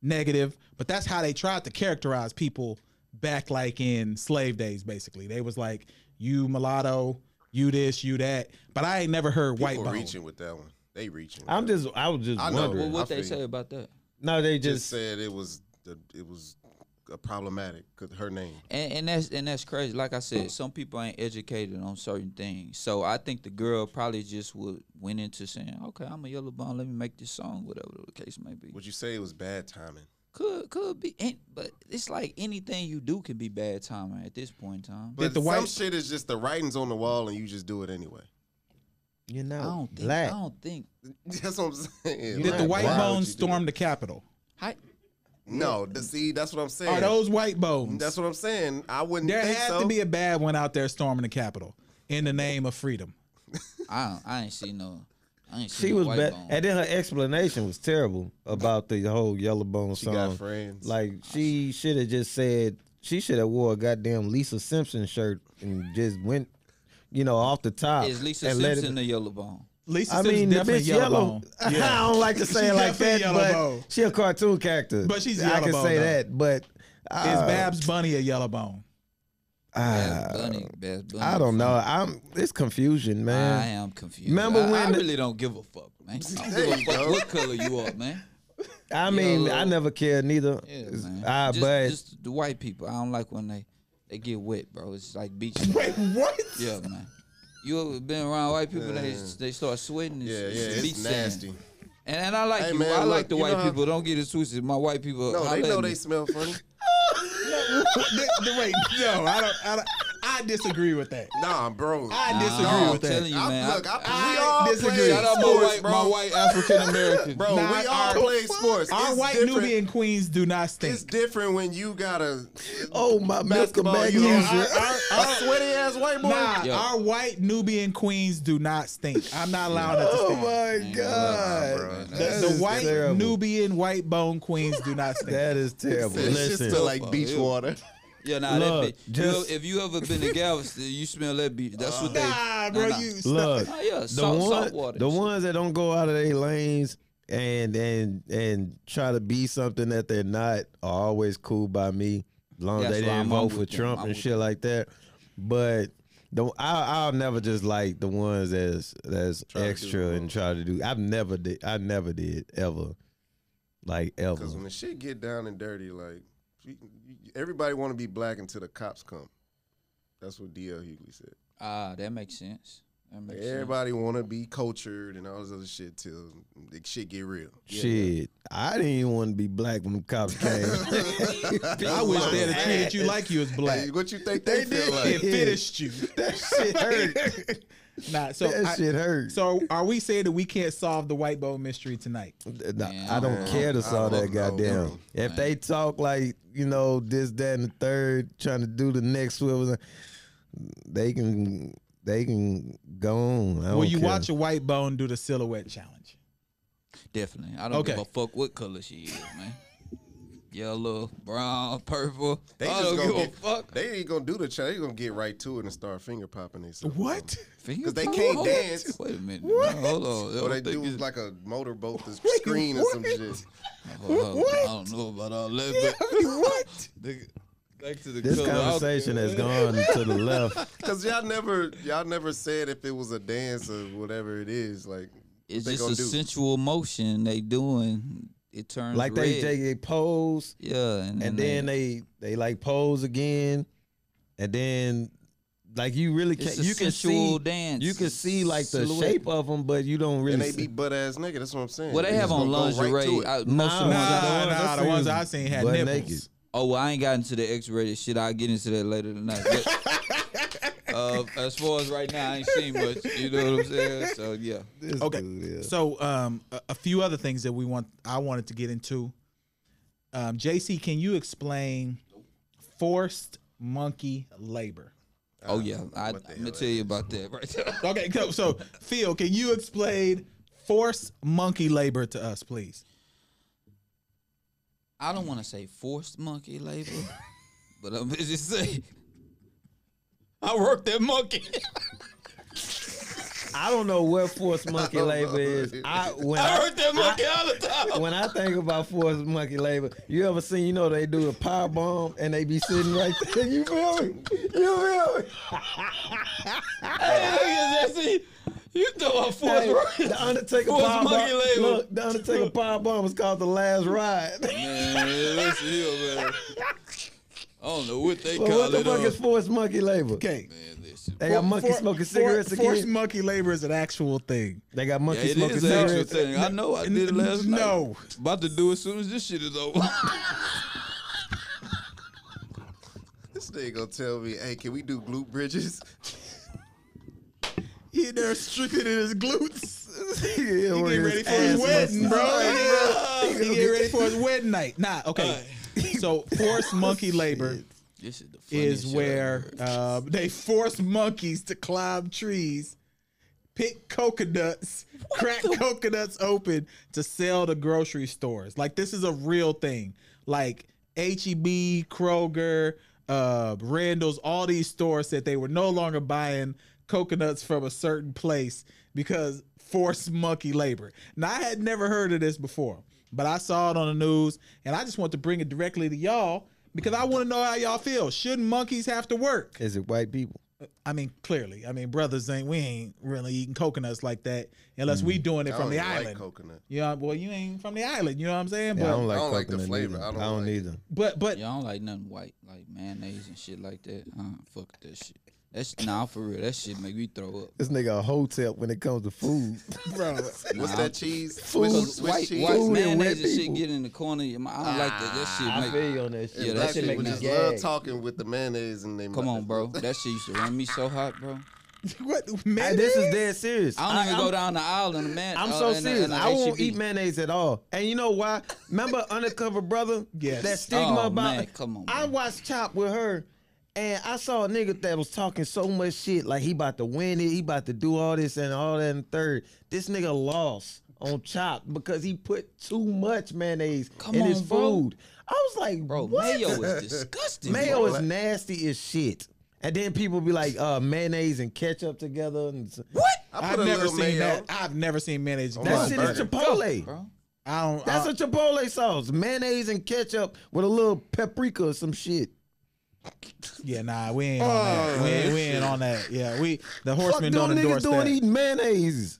negative, but that's how they tried to characterize people back like in slave days. Basically, they was like you mulatto, you this, you that. But I ain't never heard white People bone. reaching with that one. They reaching. with I'm that. just, I was just I know. wondering. Well, What they I feel say you. about that? No, they just, just, said it was the, it was uh, problematic. 'cause her name. And, and that's and that's crazy. Like I said, some people ain't educated on certain things. So I think the girl probably just would went into saying, "Okay, I'm a yellow bone. Let me make this song, whatever the case may be." Would you say it was bad timing? Could could be, and, but it's like anything you do can be bad timing at this point in time. But the some white- shit is just the writings on the wall, and you just do it anyway. you I know, don't think. black. I don't think. That's what I'm saying. Did Like, the white why would bone you do storm that? the Capitol? I, No, th- see, that's what I'm saying. Are those white bones? That's what I'm saying. I wouldn't. there think had so. to be a bad one out there storming the Capitol in the name of freedom. I don't- I ain't see no. I ain't see She no was white bad, bone. and then her explanation was terrible about the whole yellow bone She song. got friends. Like she should have just said she should have wore a goddamn Lisa Simpson shirt and just went, you know, off the top. Is Lisa and let it- Simpson the yellow bone? Lisa I Simpson's mean, the definitely bitch yellow, yellow. bone. I don't like to say it She's like that, definitely but yellow bone. she a cartoon character. But she's I can yellow say bone, that, but uh, Is Babs Bunny a yellow bone? uh, Bad Bunny, Bad Bunny. I don't know. fuck. I'm it's confusion, I man. am confused. Remember I, when I the- really don't give a fuck, man. I don't give a fuck what color you are, man. I, mean, Yellow. I never cared neither. Yeah, It's- man. I just, but just the white people. I don't like when they they get wet, bro. It's like beach. Wait, what? yeah, man. You ever been around white people? They they start sweating. It's, Yeah, yeah, it's beach it's sand. nasty. And, and I like Hey, you. man, I look, like the you white know how- people. Don't get it twisted. My white people. No, they holla know at me. they smell funny. The- the- wait, no, I don't, I don't. I disagree with that. Nah, bro. I Nah, disagree I'm with that. telling you, man. I, look, I, we I all disagree. play Shout out my sports, white- bro. my white African American. Bro, Nah, we all our- play sports. Our It's white different. Nubian queens do not stink. It's different when you got a oh my basketball Malcolm you X. on, a sweaty ass white boy. Nah, Yeah. our white Nubian queens do not stink. I'm not allowing that to Oh stink. my god. bro. That The- the is white terrible. Nubian white bone queens do not stink. That is terrible. It's Listen, just like beach water. Yeah, nah, Look, that bitch. You just- ever- if you ever been to Galveston, you smell that beach. Uh, That's what they. nah, bro, nah. you stop. look, Oh, yeah, the salt, one- salt water. the ones that don't go out of their lanes and and and try to be something that they're not are always cool by me. As long as That's they why didn't I'm vote on for with them. Trump I'm and with shit like that. But the I, I'll never just like the ones that's that's to do extra the and most. try to do. I've never did. I never did ever, like ever. Because when the shit get down and dirty, like you- you- everybody want to be black until the cops come. That's what D.L. Hughley said. Ah, that makes sense. That makes sense. Everybody want to be cultured and all this other shit till the shit get real. Shit, I didn't even want to be black when the cops came. I wish they'd have treated you like you was black. Hey, what you think they, feel It like? finished you. that shit hurt. Nah, so that I- shit hurt. so are we saying that we can't solve the white bone mystery tonight? Nah, Man, I don't man, care to I saw that don't know, goddamn. bro. If they talk like you know this, that, and the third, trying to do the next swivel, they can they can go on. I Will don't you care. watch a white bone do the silhouette challenge? Definitely. I don't give Okay. a fuck what color she is, man. Yellow, brown, purple. They I just don't gonna give get, a fuck. They ain't gonna do the challenge. They gonna get right to it and start finger popping themselves. What? Because they can't dance. Wait a minute. man, Hold on. Or I they don't think do it's- like a motorboat the screen or some shit. hold on. I don't know about all that. But what? Nigga, back to the This color. conversation has gone to the left. Cause y'all never y'all never said if it was a dance or whatever it is. Like It's they just gonna a do? sensual motion they doing. It turns Like they red. they, they pose yeah, and, and then they they like pose again, and then like you really It's can't a you can sensual see dance. you can see like the Silhouette. shape of them, but you don't really. and they see- be butt ass nigga. That's what I'm saying. Well, they They have just on gonna go right lingerie. to it. I, most of the Nah, nah, ones I- Nah, ones I nah, the seen ones was I seen had butt nipples. naked. Oh, well, I ain't got into the X-rated shit. I'll get into that later tonight. But, uh, as far as right now, I ain't seen much. You know what I'm saying? So yeah, Okay. So um, a, a few other things that we want I wanted to get into. Um, JC, can you explain forced monkey labor? oh yeah, I, I'm what the gonna hell tell you about that right there. Okay, so, so Phil, can you explain forced monkey labor to us, please? I don't want to say forced monkey labor, but I'm gonna just say I worked that monkey. I don't know what forced monkey labor is. I when I, heard that monkey all the time. when I think about forced monkey labor, you ever seen? You know they do a power bomb and they be sitting right there. You feel me? You feel me? Hey, look at that. See, you throw a Hey, force. the Undertaker Forced power monkey bomb. labor. Look, the Undertaker power bomb is called the Last Ride. Man, listen here, man. I don't know what they But call what the it. fuck on- is forced monkey labor? Okay. Man, listen. They got monkey For- smoking for- cigarettes Forced again. monkey labor is an actual thing. They got Yeah, monkey it smoking is an actual cigarettes. thing. I know I did it last night. No. About to do it as soon as this shit is over. This nigga gonna tell me, hey, can we do glute bridges? He they're restricted in his glutes. Yeah, he where getting his ready for ass his wedding, muscles. bro. he getting ready for his wedding night. Nah, okay. So forced monkey labor this is the funniest is shit I've where heard. uh, they force monkeys to climb trees, pick coconuts, crack coconuts open to sell to grocery stores. Like this is a real thing. Like HEB, Kroger, uh, Randall's, all these stores said they were no longer buying coconuts from a certain place because forced monkey labor. Now I had never heard of this before, but I saw it on the news and I just want to bring it directly to y'all because I want to know how y'all feel. Should monkeys have to work? Is it white people? I mean, clearly, I mean, brothers ain't we ain't really eating coconuts like that unless we doing it I from don't the like island. coconut. yeah, well, you ain't from the island. You know what I'm saying? Yeah, I don't like, I don't like the coconut flavor. either. I don't like it. either. But but Y'all don't like nothing white, like mayonnaise and shit like that. Uh, fuck that shit. That's nah for real. That shit make me throw up. This nigga a hotel when it comes to food. bro, What's Nah. that cheese? Food, Swiss, Swiss white, cheese? white Food and mayonnaise wet and shit people. get in the corner of your mouth. I don't like that. That I shit feel make. you on that shit. Yeah, that Black shit make people me just gag. love talking with the mayonnaise and they Come on, bro. That shit used to run me so hot, bro. what Hey, man? this is dead serious. I don't even I'm- go down the aisle in a man. I'm uh, so in a- serious. in a I won't H-E-B. eat mayonnaise at all. And you know why? Remember Undercover Brother? Yes. That stigma Oh, about man, come on, I bro. watched Chop with her and I saw a nigga that was talking so much shit like he about to win it, he about to do all this and all that and third. This nigga lost on Chop because he put too much mayonnaise Come in his on, bro. food. I was like, Bro, what? mayo is disgusting. Mayo bro. is nasty as shit. And then people be like, uh, mayonnaise and ketchup together. And s- what? I I've put a never little seen mayo. that. I've never seen mayonnaise. Oh, that my shit is burger. Chipotle. Bro, I don't. That's I, a Chipotle sauce, mayonnaise and ketchup with a little paprika or some shit. yeah, nah, we ain't on that. We ain't, we ain't on that. Yeah, we the Fuck do horsemen don't niggas endorse doing that. eating mayonnaise?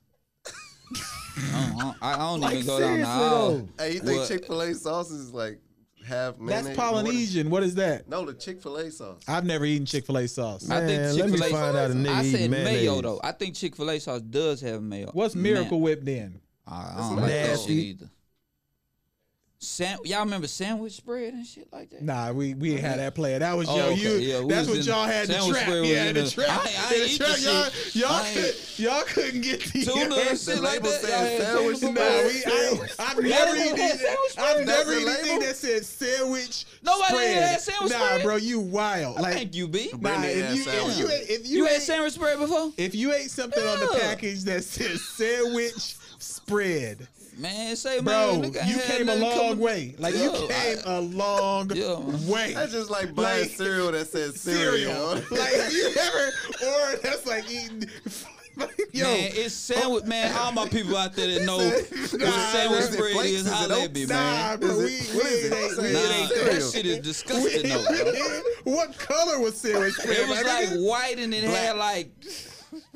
I don't, I don't Like even go down seriously the aisle. though. Hey, you think What? Chick Fil A sauce is like half mayonnaise? That's and water? Polynesian. What is that? No, the Chick Fil A sauce. I've never eaten Chick Fil A sauce. I Man, think let Chick me Fil A find out a nigga I eating said mayo mayonnaise. though. I think Chick Fil A sauce does have mayo. What's Man, Miracle Whip then? I I don't like that shit nasty. either. San- y'all remember sandwich spread and shit like that? Nah, we we ain't had that player. That was Oh, y'all. okay, You, yeah, we that's was what in- y'all had the sandwich trap. square was Yeah, in the the- trap. I ain't- I in the ain't eat trap, the y'all, shit. y'all, I could, y'all couldn't get the Tuna and shit like label that. said y'all had sandwich Nah, sandwich we, bread. I, I've never That's eaten what that that. sandwich I've spread never is. eaten That's the anything label? that said sandwich. Nobody spread. ain't had sandwich nah, spread? bro, you wild. Like Thank you, B. Nah, Brandy if had you, if sandwich. you ate- if you, You ate, had sandwich spread before? if you ate something on the Yeah. package that said sandwich spread, Man, say bro, man, nigga ain't you had came a nothing long coming- way. Like you Yo, came I- a long Yo. way. That's just like buying Like- cereal that says cereal. cereal. like have you ever or that's like eating like, yo Oh. Man, it's sandwich. Man, all my people out there that know what nah, sandwich is it spread flakes? is, Is it holla at oats? me, nah, man. bro, Is we, it- we what is it? ain't Nah, we Nah, ain't that cereal. shit is disgusting though. Bro. we- What color was sandwich spread? It was my like nigga? white and it had like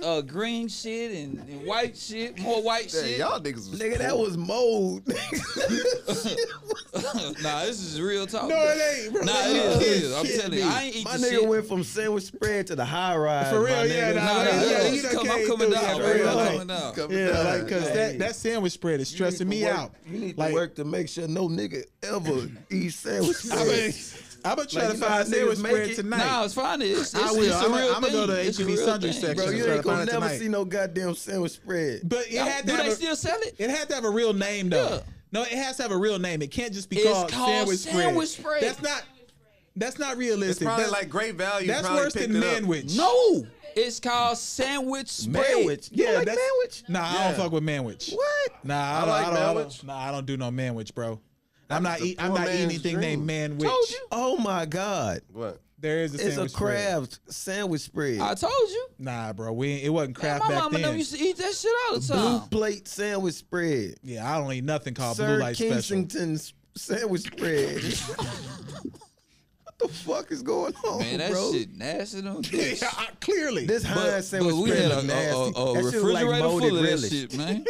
uh, green shit and, and white shit, more white Hey, shit. y'all niggas was Nigga, that was mold. nah, this is real talk. No, it ain't, bro. Nah, it is. It is. I'm telling you, I ain't eat My the nigga shit. went from sandwich spread to the high rise. For my real, yeah, nigga. nah, Nah, nah, yeah, yeah, you it's done come- I'm came coming through that down, for bro. real, I'm like- coming down. coming Yeah, down. like cause that, that sandwich spread is You need stressing to me work- out. You need like, to work to make sure no nigga ever eats sandwich spread. I've been, I've Like, been trying to you know find how sandwich niggas make spread it? tonight. Nah, it's fine. It's, it's, I will. it's a I'ma- real I'ma thing. go to It's a H-E-B real sundry thing. section. Bro, Just you gotta ain't find gonna it never tonight. see no goddamn sandwich spread. But it had to Do have they a- still sell it? It had to have a real name though. Yeah. No, it has to have a real name. It can't just be It's called, called sandwich, sandwich spread. spread. That's not. That's not It's realistic. probably that's, like great value. that's probably worse picked than it up. manwich. No, it's called sandwich spread. Manwich. You yeah, like that's manwich? Nah, I don't Yeah. fuck with manwich. What? Nah, I, I don't, like I, don't, I manwich. don't. Nah, I don't do no manwich, bro. I'm was not. the Eat, I'm poor not eating man's anything dream. named manwich. Oh my God. What? There is a It's a sandwich spread. crab sandwich spread. I told you. Nah, bro, we ain't- it wasn't Man, crap my back mama and them then. used to eat that shit all the Blue time. plate sandwich spread. Yeah, I don't eat nothing Oh, called Sir blue light special. Kensington's sandwich spread. what the fuck is going on, Man, that bro? shit nasty. Them dicks. I- clearly, This Heinz But, sandwich but we had spread look a, a, nasty. a, a That shit look like refrigerator full molded of that relish. shit, man.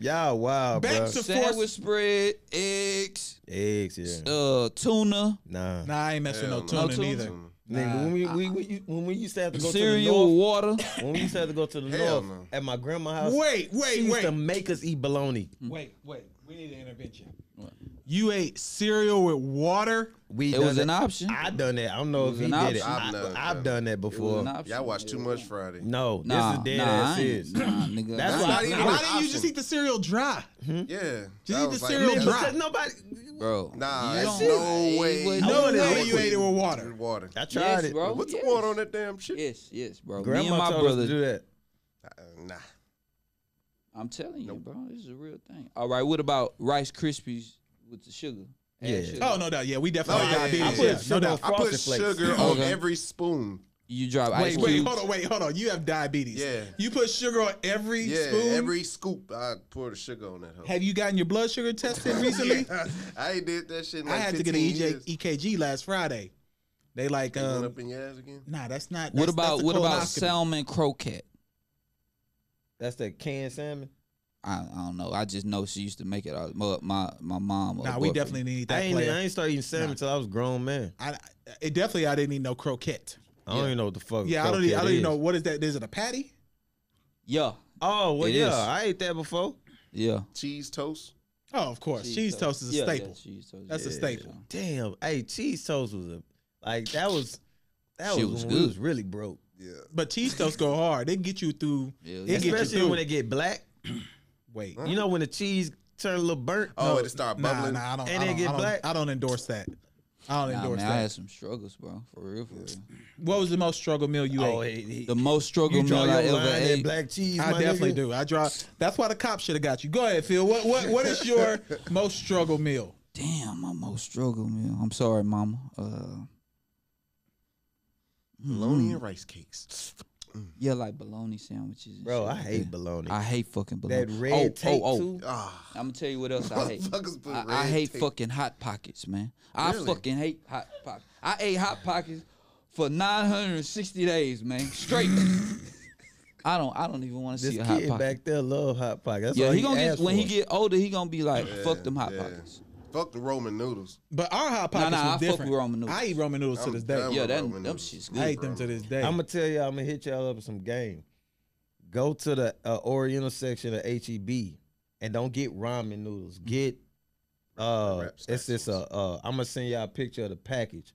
Y'all wow, Back bro. to- Sandwich spread, eggs, Eggs, yeah. uh, tuna, Nah. nah, I ain't messing with no. Hell no tuna No neither. tuna. Nigga, when we, we, we when we used to have to go cereal, to water. the north, when we used to have to go to the Hell north no. at my grandma's house, Wait, she wait, used to wait, make us eat bologna. wait, wait. We need an intervention. You ate cereal with water? We It done was that. an option. I done that. I don't know if was he an did option. it. I've done I've, done, it, I've man. done that It was before. an option. Y'all watch too much Friday. No, Nah, this is dead nah, ass I ain't- is. Nah, nigga. That's I why ain't I Why didn't- It was didn't you option. just eat the cereal dry? Yeah. Just that eat was the cereal that was- dry. Because nobody. Bro, Nah, you it's don't- no it way. was- No no way way. you ate it with water. Water. I tried Yes, it. bro. What's yes. the water on that damn shit? Yes, yes, bro. Grandma Me and my told us to do brother. that. Uh, nah. I'm telling you, Nope. bro. This is a real thing. All right, what about Rice Krispies with the sugar? Add Yeah. sugar. Oh no doubt, yeah, we definitely No, got yeah, yeah, diabetes. yeah. Yeah, I put no sugar doubt. I put Frosted Flakes. sugar on Okay. every spoon. You drop ice Wait, cubes. wait, hold on, wait, hold on. You have diabetes. Yeah. You put sugar on every Yeah, spoon. every scoop I pour the sugar on that hoe. Have you gotten your blood sugar tested recently? I ain't did that shit. In I like had to get an 15 E EJ, years. EKG last Friday. They like, They went um, up in your ass again. nah, that's not. What that's- about that's a what about colonoscopy. salmon croquette? That's that canned salmon. I, I don't know. I just know she used to make it. Out. My my my mom. or Nah, we boyfriend. definitely need I that ain't, I player. ain't started eating salmon until I was a grown man. I, it definitely, I didn't need no croquette. I don't even know what the Oh, fuck. Yeah, I don't, croquette even, I don't even is. know what is that. Is it a patty? Yeah, Oh well, It yeah, is. I ate that before. yeah. Cheese toast. Oh, of course, cheese, toast. is a Yeah, yeah, staple. cheese toast, That's a yeah, staple. yeah. Damn, hey, cheese toast was a like that was that Shit was, was when we good. was really broke, Yeah. But cheese toast go hard. They get you through. Yeah, it get you especially through. when it get black. Wait, You know when the cheese turn a little burnt. Oh, it start nah, bubbling. nah, I don't. And I it don't, get I don't, black. I don't endorse that. I don't Nah, endorse man, I that. had some struggles, bro. For real, for real. What was the most struggle meal you oh, ate? he- he- The most struggle you meal draw I your ever line at ate. black cheese. I my definitely nigga. do. I draw. That's why the cops should have got you. Go ahead, Phil. What what what is your most struggle meal? Damn, my most struggle meal. I'm sorry, mama. Uh, Mm-hmm. Bologna and rice cakes. yeah, like bologna sandwiches. And Bro, shit I like hate that. bologna. I hate fucking bologna. that red oh, tape oh, oh. too. Ah, I'm gonna tell you what else I hate. Motherfuckers put I, red I hate tape. fucking hot pockets, man. I Really? fucking hate hot pockets. I ate hot pockets for 960 days, man. Straight. I don't. I don't even want to This see a hot kid pocket. back there love hot pockets. That's yeah, all he gonna get asked when he for. get older. He gonna be like, fuck them hot yeah. pockets. Fuck the Roman noodles. But our hot Nah, pockets nah, I was fuck different. with ramen noodles. I eat ramen noodles to I'm this day. done Yeah, with that Roman them noodles. shit's I good. ate them to this day. I'm gonna tell y'all. I'm gonna hit y'all up with some game. Go to the uh, Oriental section of HEB and don't get ramen Mm. noodles. Get uh, Wrap it's stacks. just a. Uh, I'm gonna send y'all a picture of the package,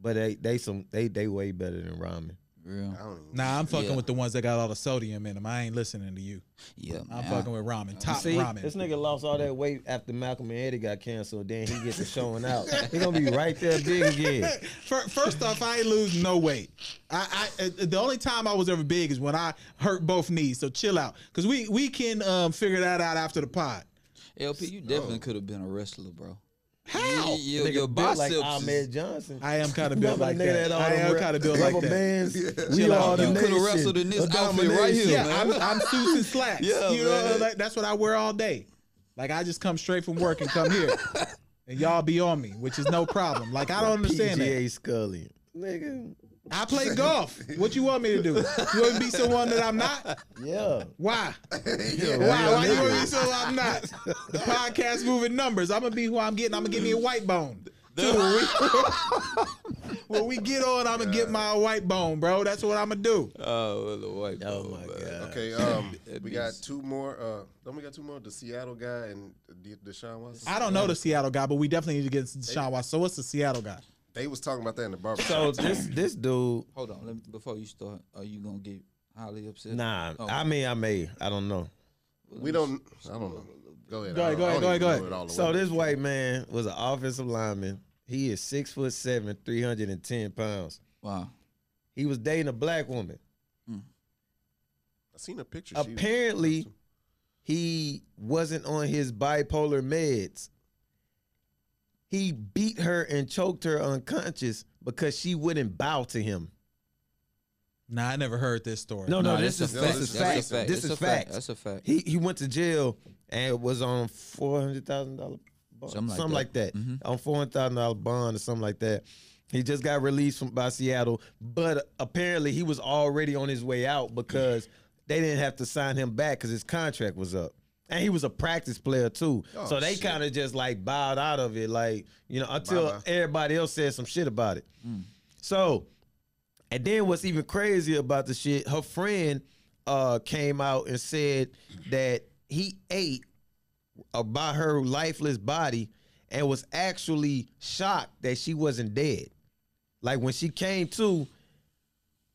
but they they some they they way better than ramen. Real. I don't even. nah, I'm fucking Yeah. with the ones that got all the sodium in them. I ain't listening to you. Yeah, man. I'm I- fucking with ramen. Top See, ramen. this nigga lost all that weight after Malcolm and Eddie got canceled. Then he gets to showing out. He gonna be right there big again. Fir- First off, I ain't lose no weight. I, I uh, the only time I was ever big is when I hurt both knees. So chill out, cause we we can um, figure that out after the pod. LP, you definitely could have been a wrestler, bro. How? You- you- Nigga your built like biceps. is- Ahmed Johnson. I am kind of built Remember like nigga uh, that. all I them am rub- kind of built like rubber that. bands. Chill We out. are the You coulda nation wrestled in this of outfit right here, Yeah, domination. man. I'm, I'm suits and slacks. Yeah, you know, man. like, that's what I wear all day. Like I just come straight from work and come here, and y'all be on me, which is no problem. Like I don't understand that. PGA Scully. Nigga. I play golf. What you want me to do? You want me to be someone that I'm not? Yeah. Why? yeah Why? Why you want me to be someone I'm not? The podcast moving numbers. I'm gonna be who I'm getting. I'm gonna give me a white bone. Dude, when, we, when we get on, I'm gonna get my white bone, bro. That's what I'm gonna do. Oh, the white. Oh boy, my man. god. Okay, um, That we got means- two more. Uh, don't we got two more? The Seattle guy and De- Deshaun Watson. I don't know the Seattle guy, but we definitely need to get Deshaun Watson. So what's the Seattle guy? They was talking about that in the barber. So this this dude, Hold on, let me, before you start, are you gonna get highly upset? nah. Oh. I mean, I may. I don't know. we don't. I don't know. Go ahead. Go I don't- ahead, I go don't ahead, even go ahead, know go it all the So way. this white man was an offensive lineman. He is six foot seven, three hundred and ten pounds. Wow. He was dating a black woman. I seen a picture. she was- Apparently, he wasn't on his bipolar meds. He beat her and choked her unconscious because she wouldn't bow to him. Nah, I never heard this story. No, no, Nah, this is that's a this fact. is That's a facts. fact. This That's is a fact. facts. That's a fact. He he went to jail and was on four hundred thousand dollar bond, Something something like like that. Mm-hmm. that. On four hundred thousand dollar bond or something like that. He just got released from by Seattle, but apparently he was already on his way out because they didn't have to sign him back because his contract was up. And he was a practice player too, Oh, so they shit. kind of just like bowed out of it, like you know, until Bye-bye. everybody else said some shit about it. So and then what's even crazier about the shit, her friend uh came out and said that he ate about her lifeless body and was actually shocked that she wasn't dead. Like when she came to,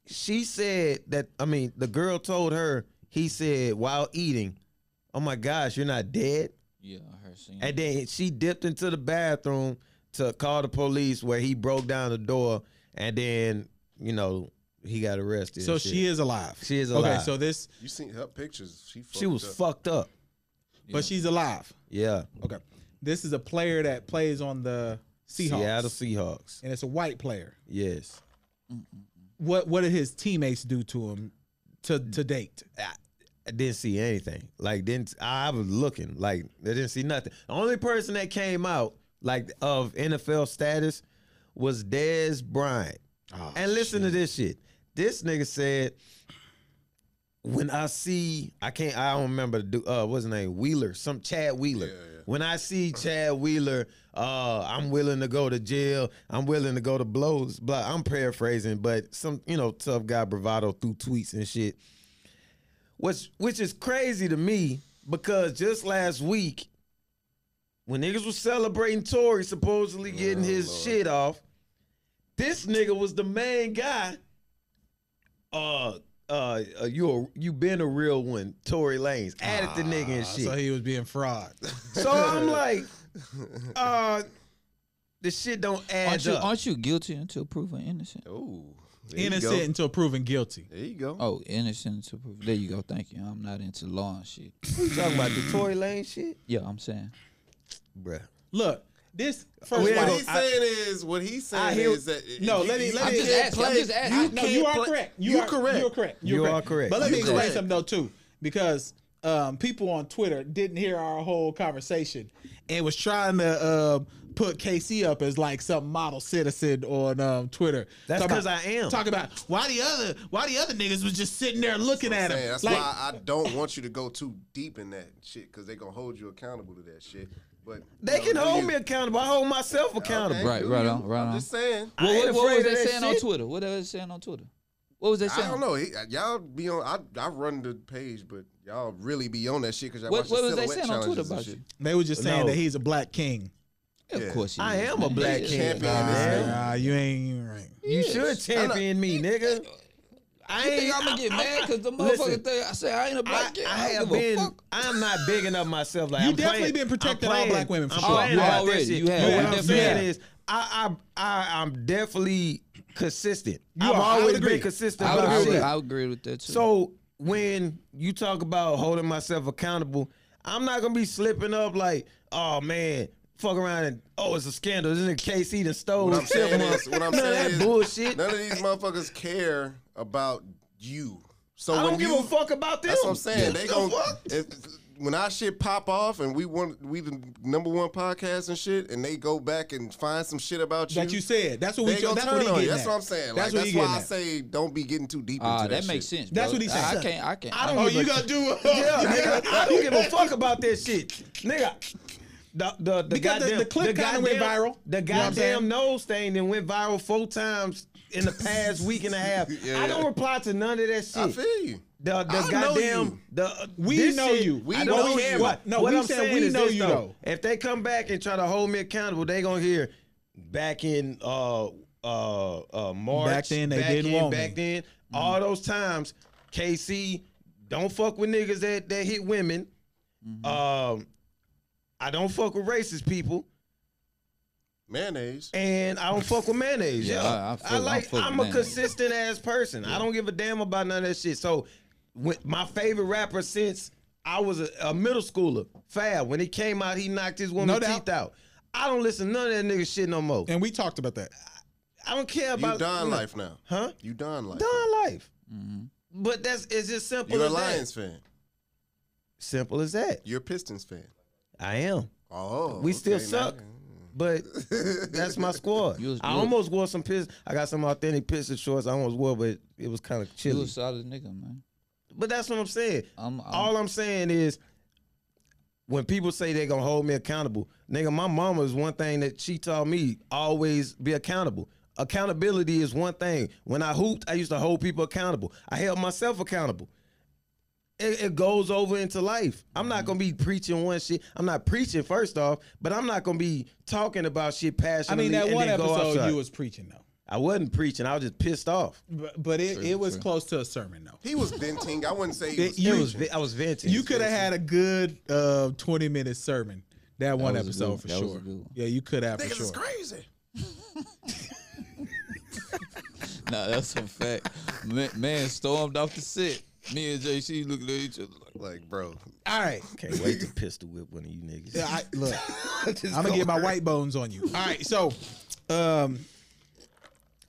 she said that I mean, the girl told her, he said while eating, "Oh my gosh, you're not dead." Yeah, I heard seen. And then she dipped into the bathroom to call the police, where he broke down the door, and then you know he got arrested. So and she shit. is alive. She is Okay, alive. so this, You seen her pictures? She fucked she was up. fucked up. Yeah. but she's alive. Yeah, Okay. This is a player that plays on the Seahawks. Seattle Seahawks. And it's a white player. Yes, What what did his teammates do to him to to date? I didn't see anything. Like didn't I was looking like I didn't see nothing. The only person that came out like of NFL status was Dez Bryant. and listen to this shit. This nigga said, when I see, I can't, I don't remember the dude, uh, what's his name? Wheeler, some Chad Wheeler. When I see Chad Wheeler, uh, I'm willing to go to jail. I'm willing to go to blows. Blah. I'm paraphrasing, but some, you know, tough guy bravado through tweets and shit. Which, which is crazy to me because just last week, when niggas was celebrating Tory supposedly getting his shit off, this nigga was the main guy. Uh, uh, uh you a, you been a real one, Tory Lanez. Added the nigga and shit. So he was being fraud. So I'm like, uh, the shit don't add aren't you up. aren't you guilty until proven innocent? Ooh, there you Innocent go. until proven guilty. There you go. Oh, innocent until proven. There you go. Thank you. I'm not into law and shit. You talking about the Tory Lane shit, Yeah, I'm saying. bruh? Look, this first We ain't white- What gonna- he's saying is what he's saying I hear- is that No, let me- let you can't me- I'm just asking, I'm play- just asking. I- you can't no, you are play- correct. You, You are correct. You are correct. You are are correct. But let me You explain correct. something though too, because um, people on Twitter didn't hear our whole conversation and was trying to um, put KC up as like some model citizen on um, Twitter. That's Talk about- 'cause I am. Talk about why the other why the other niggas was just sitting there looking I'm at him. saying, That's like, why I don't want you to go too deep in that shit because they gonna hold you accountable to that shit. But They you can know, hold you- me accountable. I hold myself accountable. Okay, Right, do right you? on, right I'm on. just saying. I ain't What, what was afraid of they that saying on shit. Twitter? What they saying on Twitter? What was they saying? I don't know. He, uh, y'all be on. I, I run the page, but y'all really be on that shit because y'all What- watch what the was they silhouette saying on Twitter challenges about and shit. they were just saying No. that he's a black king. Of Yeah. course, he I is, am man. a black Yeah. champion. Champion. man. Nah, you ain't even right. You should champion me, nigga. I You think ain't. I'm gonna get mad because the Listen, motherfucker thing I say I ain't a I, black kid. I I, don't have give a been. fuck. I'm not big enough myself. Like You I'm definitely playing- been protecting I'm all playing- black women for I'm sure. playing Oh, about that already, shit. you have. But You what I'm definitely saying have. is, I, I, I, I'm definitely consistent. You I've are. I would always agree. been consistent I, would about agree with, shit. I would agree with that too. So when you talk about holding myself accountable, I'm not gonna be slipping up like, oh man, fuck around and oh it's a scandal. This nigga KC done stole What I'm his saying silver. is, what I'm None of saying that is, bullshit. None of these motherfuckers care about you. So I when don't give you, a fuck about this. That's what I'm saying. They gon' fuck? if, when our shit pop off and we want we the number one podcast and shit, and they go back and find some shit about you. That you said. That's what we. they gonna That's turn what he on you. getting That's at. what I'm saying. Like, That's what that's he why getting I at. say don't be getting too deep Ah, into that, that, makes shit. sense. That's bro. what he I- said. I can't. I can't. I don't Oh, give you a- gonna do it? Yeah, nigga, I don't give a fuck about that shit, nigga. The, the, the Because the- goddamn, the clip kinda went goddamn- viral. The You know what I'm goddamn saying? nose thing that went viral four times in the past week and a half. Yeah, I don't yeah. reply to none of that shit. I feel you. The the I know you. goddamn the We this know shit- you. We I don't know care you. What, No, what we I'm saying saying we is know this, you, though. though. If they come back and try to hold me accountable, they gonna hear back in uh uh uh March. Back then, they didn't in, want me. Mm. back then. All those times, KC don't fuck with niggas that that hit women. Mm-hmm. Um, I don't fuck with racist people, Mayonnaise. and I don't fuck with mayonnaise. Yeah, Yeah, I- I fuck- I like. fuck with I'm a mayonnaise. consistent ass person. I don't give a damn about none of that shit. So, with my favorite rapper since I was a, a middle schooler, Fab. When he came out, he knocked his woman's doubt. teeth out. I don't listen to none of that nigga shit no more. And we talked about that. I don't care You about Don life now, Huh? You Don life. Don now. life. Mm-hmm. But that's it's just simple You're a as Lions that. fan. Simple as that. You're a Pistons fan. I am. Oh, We still okay, now- suck. But that's my squad. You was- I you was- almost wore some piss. I got some authentic pistol shorts. I almost wore, but it was kind of You chilly. a solid nigga, man. But that's what I'm saying. I'm, I'm All I'm saying is, when people say they're gonna hold me accountable, nigga, my mama is one thing that she taught me always be accountable. Accountability is one thing. When I hooped, I used to hold people accountable. I held myself accountable. It, it goes over into life. I'm not gonna be preaching one shit. I'm not preaching first off, but I'm not gonna be talking about shit I passionately. mean, that and one then go episode outside. you was preaching though, I wasn't preaching. I was just pissed off. but, but it, it was close to a sermon though. He was venting. I wouldn't say he It- was. you- I preaching. was ve- I was venting. You could have had a good uh, twenty minute sermon that one was a episode good- for that was a sure. good one. Yeah, you could have for Niggas sure. is crazy. nah, that's a fact. man, man stormed off the set. Me and JC looking at each other like, Like, bro, All right, Can't wait to pistol whip one of you niggas. Yeah, I, look, I'm gonna get my white bones on you. All right, so um,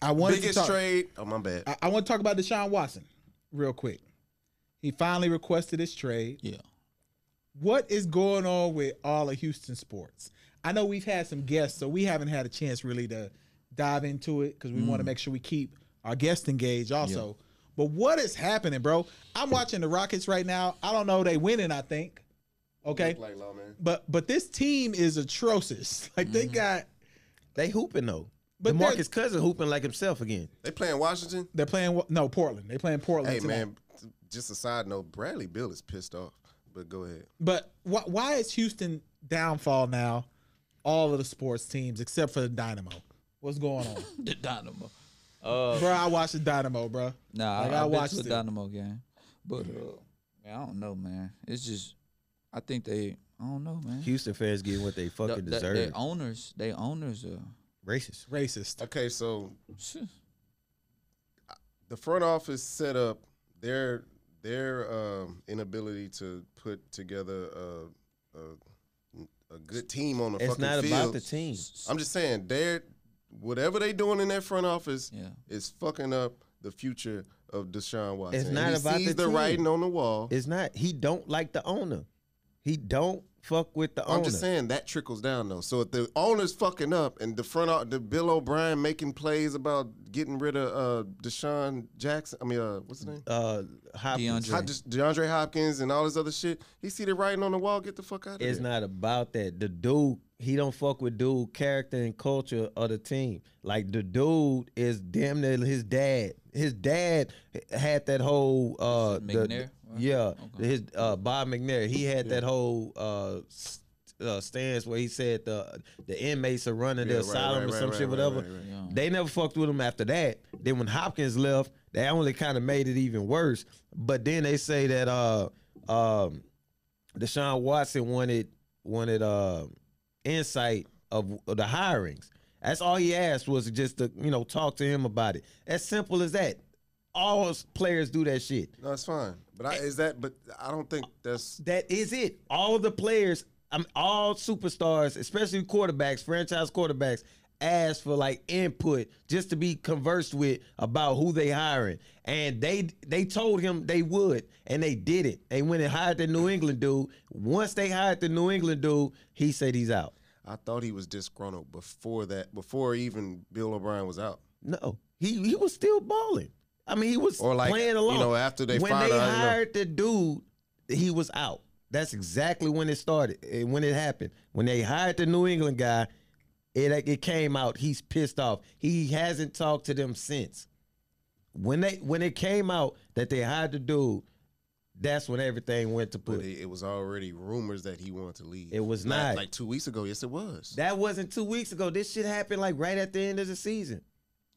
I wanted to biggest talk. trade. Oh my bad. I, I want to talk about Deshaun Watson real quick. He finally requested his trade. yeah. What is going on with all of Houston sports? I know we've had some guests, so we haven't had a chance really to dive into it because we want to Mm. make sure we keep our guests engaged also. But what is happening, bro? I'm watching the Rockets right now. I don't know they winning. I think. Okay. Look Like, low man. But but this team is atrocious. Like Mm. they got They hooping though. But But they're- Marcus Cousins hooping like himself again. They playing Washington. they're playing no Portland. They playing Portland. Hey tonight. man, just a side note. Bradley Bill is pissed off, but go ahead. But why why is Houston downfall now? All of the sports teams except for the Dynamo. What's going on, The Dynamo. Uh, bro? I watched the Dynamo, bro. Nah, Like, I I, I, watched watched the it. Dynamo game, but uh, man, I don't know, man. It's just, I think they, I don't know, man. Houston fans getting what they The- fucking the- deserve. Their owners, they owners are. Racist. Racist. Okay, so the front office set up their their um, inability to put together a, a, a good team on the It's fucking not field. about the team. I'm just saying they're whatever they doing in that front office Yeah. is fucking up the future of Deshaun Watson. It's And not he about sees the team. writing on the wall. It's not. He don't like the owner. He don't fuck with the owner. I'm just saying that trickles down though. So if the owner's fucking up and the front o- the Bill O'Brien making plays about getting rid of uh, Deshaun Jackson, I mean uh, what's his name? Uh, Hopkins. DeAndre. Hop- just DeAndre Hopkins and all this other shit. He see the writing on the wall. Get the fuck out of It's here. not about that. The dude, he don't fuck with dude character and culture of the team. Like the dude is damn near his dad. His dad had that whole uh Is it the- McNair? yeah, Okay. his uh Bob McNair. He had that whole uh, s- uh stance where he said the the inmates are running Yeah, the right, asylum right, or right, some right, shit, right, whatever. right, right. Yeah. They never fucked with him after that. Then when Hopkins left, that only kind of made it even worse. But then they say that uh um Deshaun Watson wanted wanted uh insight of, of the hirings. That's all he asked was just to you know talk to him about it. As simple as that. All s- players do that shit. No, it's fine. But I, is that? But I don't think that's. That is it. All the players, I'm all superstars, especially quarterbacks, franchise quarterbacks, ask for like input just to be conversed with about who they hiring. And they they told him they would, and they did it. They went and hired the New England dude. Once they hired the New England dude, he said he's out. I thought he was disgruntled before that. Before even Bill O'Brien was out. No, he he was still balling. I mean, he was Or, like, playing along. you know, after they when fired they her, you know. hired the dude, he was out. That's exactly when it started and when it happened. When they hired the New England guy, it it came out. He's pissed off. He hasn't talked to them since. When they when it came out that they hired the dude, that's when everything went to But put. it, it was already rumors that he wanted to leave. It was Like- not. like two weeks ago. Yes, it was. That wasn't two weeks ago. This shit happened like right at the end of the season.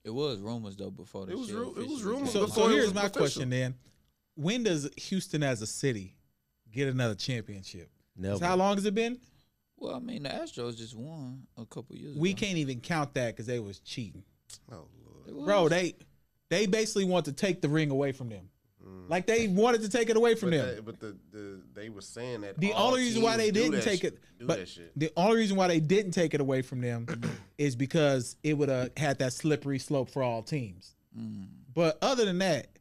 It was rumors though before this. was shit ru- it was officially rumors came So out. so Hmm, Before it here's was my official. question then: When does Houston as a city get another championship? 'Cause Never. How long has it been? Well, I mean, the Astros just won a couple years. We ago. can't even count that because they was cheating, oh lord. It was. bro. They they basically want to take the ring away from them. Like they wanted to take it away from Hmm. But, them. that- but the, the they were saying that The all only reason why teams they do didn't that take shit- it, do but that shit. the only reason why they didn't take it away from them is because it would have had that slippery slope for all teams. Mm, But other than that,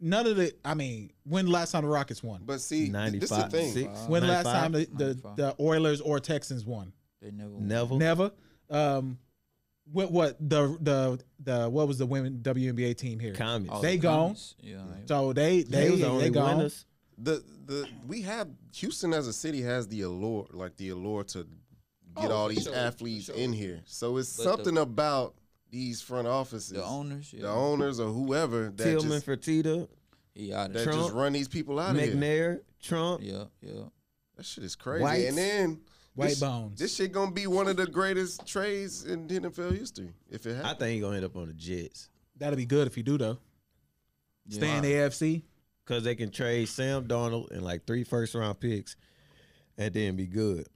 none of the. I mean, when the last time the Rockets won? But see, th- this is the 95, thing. six. when the last 95? time the, the, the Oilers or Texans won? They never. Neville. Never. Um, what what the the the what was the women WNBA team here? Commies. All They the gone. comments. Yeah. They, So they they They they, was the only gone. winners. The the we have Houston as a city has the allure, like the allure to get Oh, all for these sure, for athletes sure. in here. So it's But the- something about these front offices, the owners. Yeah. the owners or whoever that Tillman, just Fertitta, He out that of. just Trump, run these people Oh, out of here. McNair, Trump. Yeah. Yeah. That shit is crazy. White. And then White this, bones. This shit gonna be one of the greatest trades in NFL history if it I happens. think he gonna end up on the Jets That'll be good if you do though. Stay in the AFC. because they can trade Sam Darnold and like three first round picks, and then be good.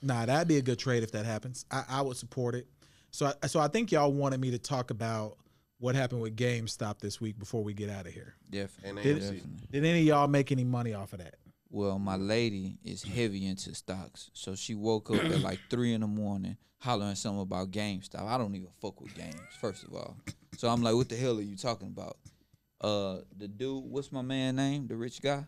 Nah, that'd be a good trade if that happens. I, I would support it. So I, so I think y'all wanted me to talk about what happened with GameStop this week before we get out of here. And Definitely. Did- definitely. Did any of y'all make any money off of that? Well, my lady is heavy into stocks, so she woke up at like three in the morning hollering something about GameStop. I don't even fuck with games, first of all. So I'm like, what the hell are you talking about? Uh, the dude, what's my man name? The rich guy.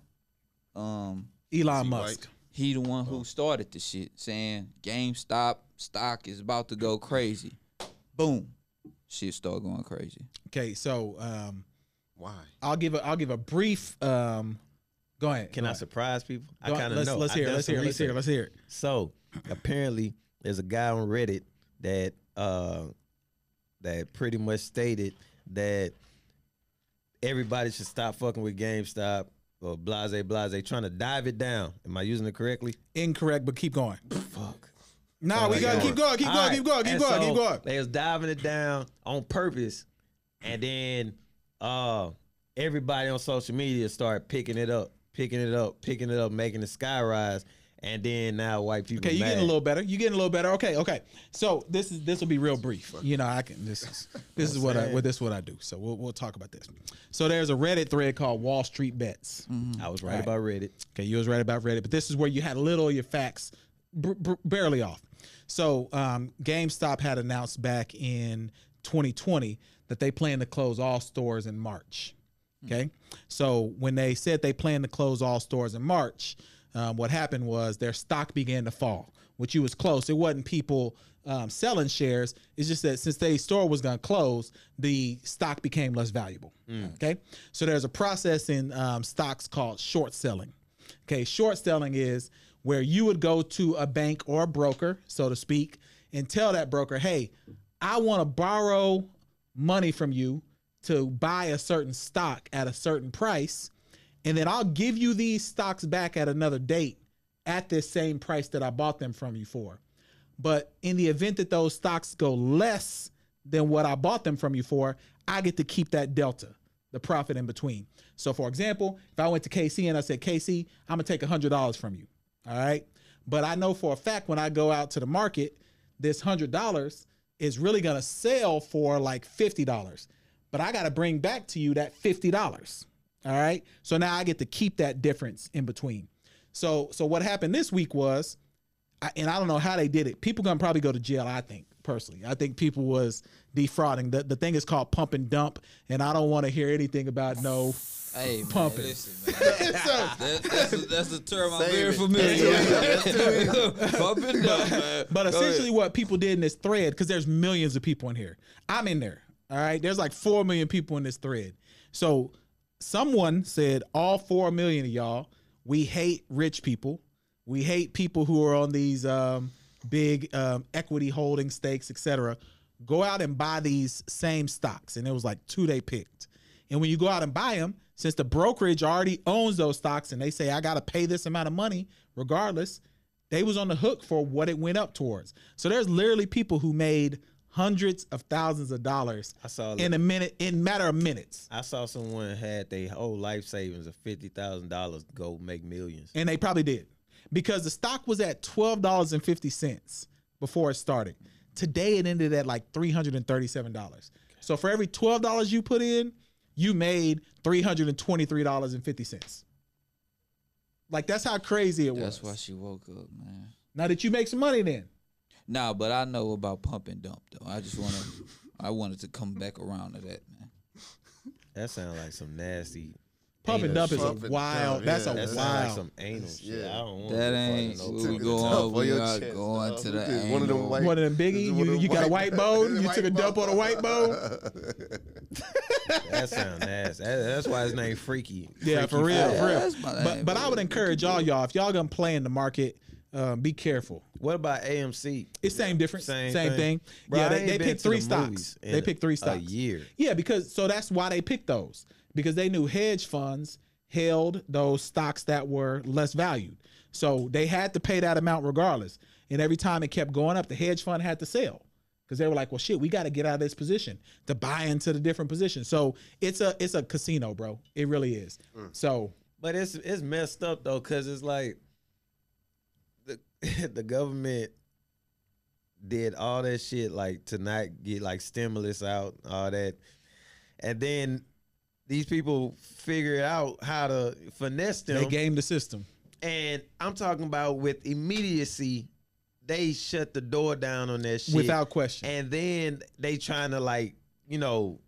Um, Elon Musk. he the one who started the shit, saying GameStop stock is about to go crazy. Boom, shit start going crazy. Okay, so um, Why? I'll give a I'll give a brief. Um, go ahead. Can go I ahead. surprise people? I Go ahead. kind of let's, know. Let's I hear. it, done Let's some hear. it, Let's hear. it, research. Let's hear. it. So apparently, there's a guy on Reddit that uh, that pretty much stated that everybody should stop fucking with GameStop or blase blase, trying to dive it down. Am I using it correctly? Incorrect, but keep going. Fuck. Nah, we gotta keep going. Keep All going. right. Keep going. Keep And going. so Keep going. They was diving it down on purpose, and then uh, everybody on social media started picking it up, picking it up, picking it up, making it sky rise, and then now white people. Okay, you mad. getting a little better. You getting a little better. Okay, okay. So this is this will be real brief. You know, I can this is this is what I what this is what I do. So we'll we'll talk about this. So there's a Reddit thread called Wall Street Bets. I was right about Reddit. Okay, you was right about Reddit, but this is where you had a little of your facts br- br- barely off. So um, GameStop had announced back in 2020 that they plan to close all stores in March. Okay, so when they said they plan to close all stores in March, um, what happened was their stock began to fall, which you was close. It wasn't people um, selling shares. It's just that since their store was going to close, the stock became less valuable. Okay, so there's a process in um, stocks called short selling. Okay, short selling is where you would go to a bank or a broker, so to speak, and tell that broker, hey, I want to borrow money from you to buy a certain stock at a certain price, and then I'll give you these stocks back at another date at this same price that I bought them from you for. But in the event that those stocks go less than what I bought them from you for, I get to keep that delta, the profit in between. So, for example, if I went to KC and I said, KC, I'm gonna take $100 from you. All right. But I know for a fact when I go out to the market, this $100 is really gonna sell for like $50. But I gotta bring back to you that $50. All right. So now I get to keep that difference in between. So, so what happened this week was, I, and I don't know how they did it. People gonna probably go to jail. I think personally, I think people was defrauding. The the thing is called pump and dump, and I don't want to hear anything about no. Hey, man, Pumping. listen, man. That- that's, a, that's a term I'm Save very it. familiar That's with. Pumping up, man. But Go ahead. essentially, what people did in this thread, because there's millions of people in here. I'm in there. All right, there's like four million people in this thread. So someone said, all four million of y'all, we hate rich people. We hate people who are on these um, big um, equity holding stakes, etc. Go out and buy these same stocks, and it was like two they picked. And when you go out and buy them, since the brokerage already owns those stocks, and they say I got to pay this amount of money regardless, they was on the hook for what it went up towards. So there's literally people who made hundreds of thousands of dollars I saw in a minute, in matter of minutes, I saw someone had their whole life savings of fifty thousand dollars go make millions. and they probably did because the stock was at twelve dollars and fifty cents before it started. Today it ended at like three hundred and thirty-seven dollars. So for every twelve dollars you put in, you made three hundred and twenty-three dollars and fifty cents. Like that's how crazy it That's why was. she woke up, man. Now that you make some money, then Nah, but I know about pump and dump though. I just wanna, I wanted to come back around to that, man. That sounds like some nasty. pump and anal dump is shit. a Pump and wild. dump, That's yeah, a That that's sounds wild. like some anal shit. Yeah. I don't want That to ain't fucking we it going. tough on We your are chest, going dog. to You the did one of them angle. white- one of them biggie. One of You, them you got a white- white bone. You white took a dump on a white bone. know. That sounds nasty. That- that's why his name Freaky. Yeah, for real, Friday. for Yeah, real. that's my name, but but I bro. would encourage all y'all if y'all gonna play in the market, um, be careful. What about AMC? It's same difference, Same same, thing. thing. Bro, yeah, I they, ain't they been picked to the three stocks. movies in They picked three A stocks. year. Yeah, because so that's why they picked those because they knew hedge funds held those stocks that were less valued. So they had to pay that amount regardless. And every time it kept going up, the hedge fund had to sell because they were like, "Well, shit, we got to get out of this position to buy into the different position." So it's a it's a casino, bro. It really is. So But it's it's messed up though, cause it's like the the government did all that shit like to not get like stimulus out, all that, and then these people figure out how to finesse them. they game the system. and I'm talking about with immediacy, they shut the door down on that shit Without question. and then they trying to like you know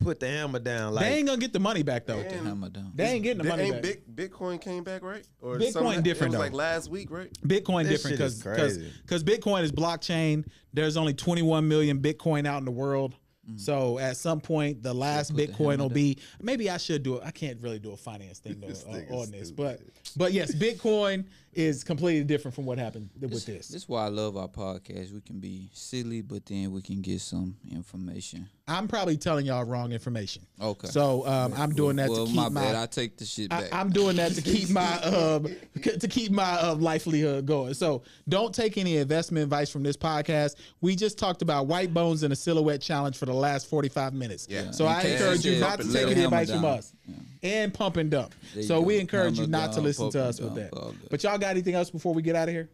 put the hammer down like they ain't gonna get the money back though. Man, Hammer down. They ain't getting the That money ain't back. Bit- Bitcoin came back, right? Or Bitcoin something- different, It was though. like last week, right? Bitcoin This different shit is because because crazy. because Bitcoin is blockchain. There's only 21 million Bitcoin out in the world. So at some point, the last Mm. put the Bitcoin hammer will be. Maybe I should do it. I can't really do a finance thing though, nigga uh, on this, but but yes, Bitcoin is completely different from what happened th- with this. This is why I love our podcast. We can be silly, but then we can get some information. I'm probably telling y'all wrong information. Okay. So um, I'm doing that well, to keep my my. bad. I take the shit I, back. I'm doing that to keep my um c- to keep my uh, livelihood going. So don't take any investment advice from this podcast. We just talked about white bones and a silhouette challenge for the last 45 minutes. Yeah. So I Okay. encourage you Yeah. Pump not to and take dump. any advice from Hammer us. down. And pump and dump. There you So go. we encourage you Hammer not to down, listen to pump us and with that. dump, all that. But y'all got anything else before we get out of here?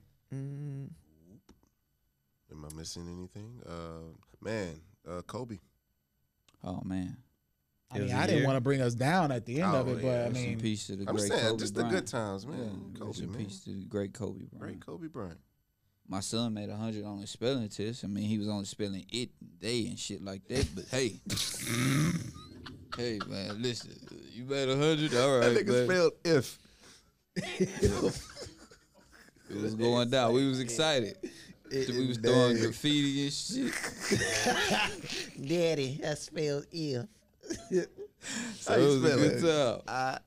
Am I missing anything? Uh, man, uh, Kobe. oh man, I mean, I didn't want to bring us down at the end Oh, of it, yeah. but I Rest in some mean, peace to the I'm great saying Kobe just Bryant. the good times, man. Yeah, rest Kobe, in man. peace to the great Kobe Bryant. Great Kobe Bryant. My son made hundred on the spelling test. I mean, he was only spelling it, they, and shit like that. But hey, hey man, listen, you made hundred. All right, That man. nigga spelled if. It was going down. We was excited. we was throwing graffiti and shit. Daddy, I spelled ill. So it was a good time.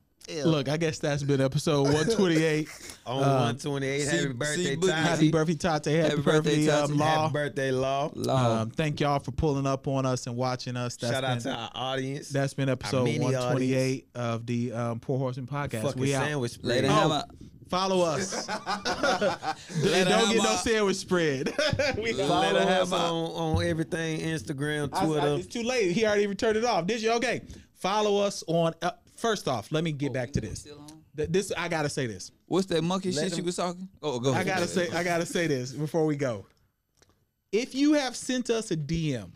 look, I guess that's been episode 128. on uh, 128 happy see- birthday see, but- Tati. Happy birthday, Tate. Happy, Happy birthday, birthday, um, Tati. Law. Happy birthday law Law. Um, thank y'all for pulling up on us and watching us. That's shout been, out to our audience that's been episode mini 128 of the um, Poor Horseman podcast. fucking we out. sandwich spread. Later, Oh. hammer. Follow us. Later, Don't get no hammer. sandwich spread. We- follow Later, us hammer. on, on everything instagram I- I- twitter it's too late. He already returned it off. Did you? Okay. Follow us on. Uh, first off, let me get back to this. Th- This I gotta say this. What's that monkey shit you was talking? Oh, go. I ahead. gotta say, I gotta say this before we go. If you have sent us a DM,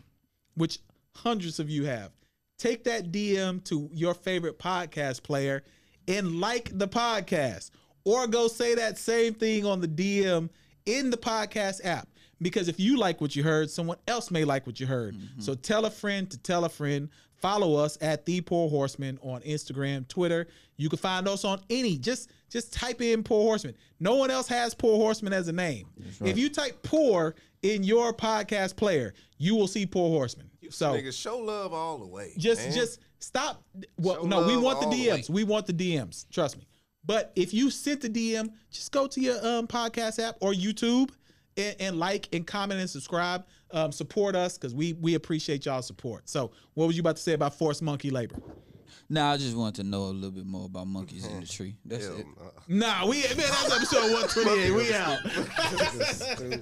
which hundreds of you have, take that DM to your favorite podcast player and like the podcast, or go say that same thing on the DM in the podcast app. Because if you like what you heard, someone else may like what you heard. So tell a friend to tell a friend. Follow us at the Poor Horseman on Instagram, Twitter. You can find us on any. Just just type in Poor Horseman. No one else has Poor Horseman as a name. If you type poor in your podcast player, you will see Poor Horseman. so Nigga, show love all the way. Oh. just man. just stop. Well, Show no, we love want the all the DMs. way. we want the DMs. Trust me. But if you sent the DM, just go to your um, podcast app or YouTube and, and like and comment and subscribe. Um, support us because we we appreciate y'all support. So what was you about to say about forced monkey labor? Nah, I just wanted to know a little bit more about monkeys in the tree. That's it. Uh, Nah, we man, that's episode one twenty eight. We out.